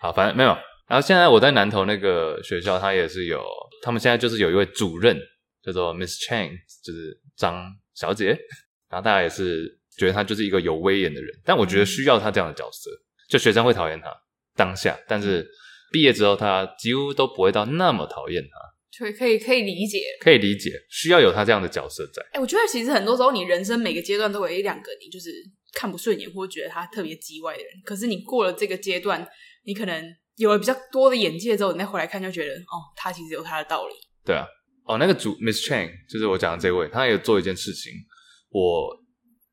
好，反正没有。然后现在我在南投那个学校，他也是有，他们现在就是有一位主任叫做 Miss Chang，就是张小姐。然后大家也是觉得她就是一个有威严的人，但我觉得需要她这样的角色，就学生会讨厌她当下，但是毕业之后她几乎都不会到那么讨厌她，
对，可以可以理解。
可以理解，需要有她这样的角色在。
哎、我觉得其实很多时候你人生每个阶段都有一两个你就是看不顺眼或觉得他特别叽歪的人。可是你过了这个阶段，你可能有了比较多的眼界之后，你再回来看，就觉得哦，他其实有他的道理。
对啊，哦，那个主 Miss Chang 就是我讲的这位，他有做一件事情，我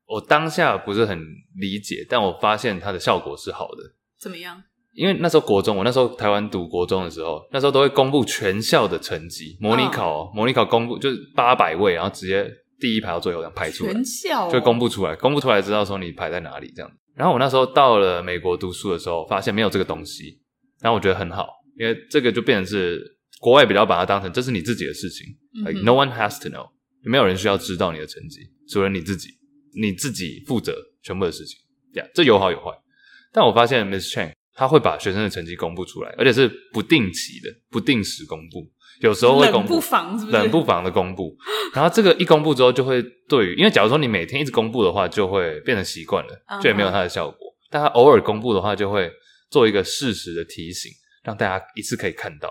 我当下不是很理解，但我发现它的效果是好的。
怎么样？
因为那时候国中，我那时候台湾读国中的时候，那时候都会公布全校的成绩，模拟考哦、模拟考公布就是八百位，然后直接第一排到最后这样排出来，
全校、哦、
就公布出来，公布出来知道说你排在哪里这样。然后我那时候到了美国读书的时候，发现没有这个东西，然后我觉得很好，因为这个就变成是国外比较把它当成这是你自己的事情、l
嗯哼
i k e no one has to know，没有人需要知道你的成绩，除了你自己，你自己负责全部的事情。呀、这有好有坏，但我发现 Miss Chang 他会把学生的成绩公布出来，而且是不定期的、不定时公布，有时候会公
冷
布
不，防是不是？
冷不防的公布。然后这个一公布之后，就会对于，因为假如说你每天一直公布的话，就会变成习惯
嗯
了，
哼
就也没有它的效果。但它偶尔公布的话，就会做一个适时的提醒，让大家一次可以看到。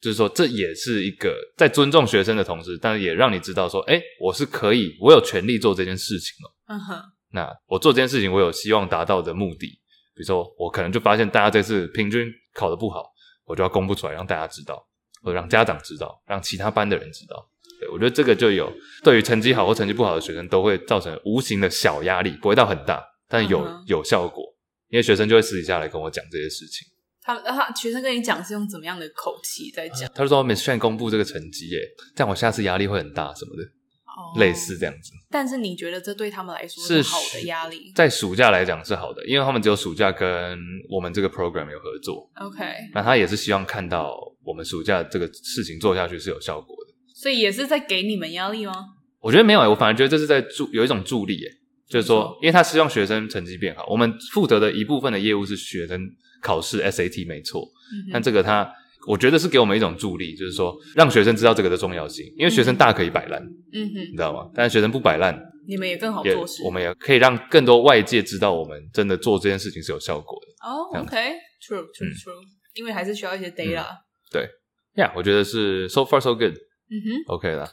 就是说，这也是一个在尊重学生的同时，但是也让你知道说，哎，我是可以，我有权利做这件事情哦。
嗯哼，
那我做这件事情，我有希望达到的目的，比如说，我可能就发现大家这次平均考得不好，我就要公布出来，让大家知道，或者让家长知道，让其他班的人知道。对我觉得这个就有对于成绩好或成绩不好的学生，都会造成无形的小压力，不会到很大，但有、
嗯哼
有效果，因为学生就会私底下来跟我讲这些事情。
他他学生跟你讲是用怎么样的口气在讲？
他就说：“Miss 哦 Shan 公布这个成绩，耶，这样我下次压力会很大什么的，
哦
类似这样子。”
但是你觉得这对他们来说
是
好的压力
在暑假来讲是好的，因为他们只有暑假跟我们这个 program 有合作，
？OK，
那他也是希望看到我们暑假这个事情做下去是有效果的。
所以也是在给你们压力吗？
我觉得没有、欸，我反而觉得这是在助有一种助力、欸，就是
没
说
错，
因为他希望学生成绩变好，我们负责的一部分的业务是学生考试 SAT 没错，
嗯
但
哼，
这个他我觉得是给我们一种助力，就是说让学生知道这个的重要性，因为学生大可以摆烂，你
嗯哼，
知道吗？但是学生不摆烂，
你们也更好
也
哦做事。
我们也可以让更多外界知道我们真的做这件事情是有效果的。
哦、
这
o
样
k t r u e true
嗯
true，、因为还是需要一些 data。
呀、yeah,，我觉得是 so far so good，OK、
嗯哼，
啦。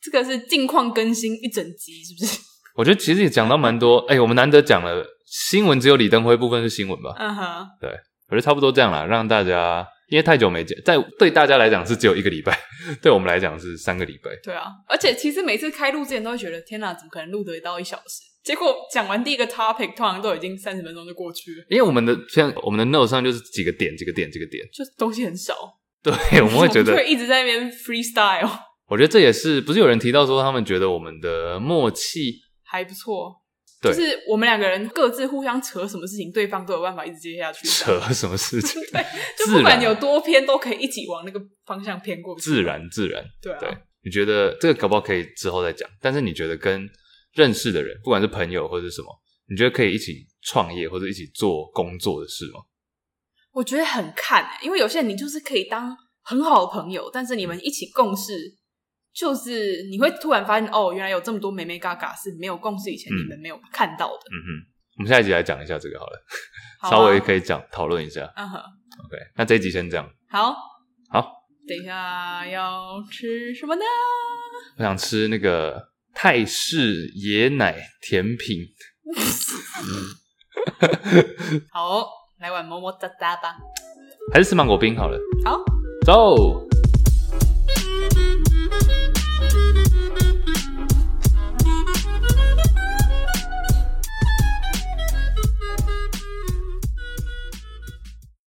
这个是近况更新一整集，是不 是？
我觉得其实也讲到蛮多，哎、我们难得讲了新闻，只有李登辉部分是新闻吧？
嗯哼，
我觉得差不多这样啦，让大家因为太久没见，在对大家来讲是只有一个礼拜， 对我们来讲是三个礼拜。
对啊。而且其实每次开录之前都会觉得，天哪，怎么可能录得到一小时？结果讲完第一个 topic，通常都已经三十分钟就过去了，
因为我们的像我们的 note 上就是几个点，几个点，几个点，
就东西 很少。
哎对，我们会觉
就
得，
会一直在那边 freestyle，
我觉得这也是不是有人提到说他们觉得我们的默契，
还不错。
对
就是我们两个人各自互相扯什么事情，对方都有办法一直接下去。
扯什么事情，
就
自
不管
然
有多偏，都可以一起往那个方向偏过去。
自然自然，
对啊，
对，你觉得这个搞不好可以之后再讲，但是你觉得跟认识的人，不管是朋友或者是什么，你觉得可以一起创业或者一起做工作的事吗？
我觉得很看、欸，因为有些人你就是可以当很好的朋友，但是你们
嗯
一起共事，就是你会突然发现哦，原来有这么多美美嘎嘎是没有共事以前
嗯
你们没有看到的。
嗯哼，我们下一集来讲一下这个好了，
好啊
稍微可以讲讨论一下。
嗯哼，
OK，那这一集先这样。
好，
好，
等一下要吃什么呢？
我想吃那个泰式椰奶甜品，
好，来碗么么哒哒吧。
还是吃芒果冰好了。
好。
走。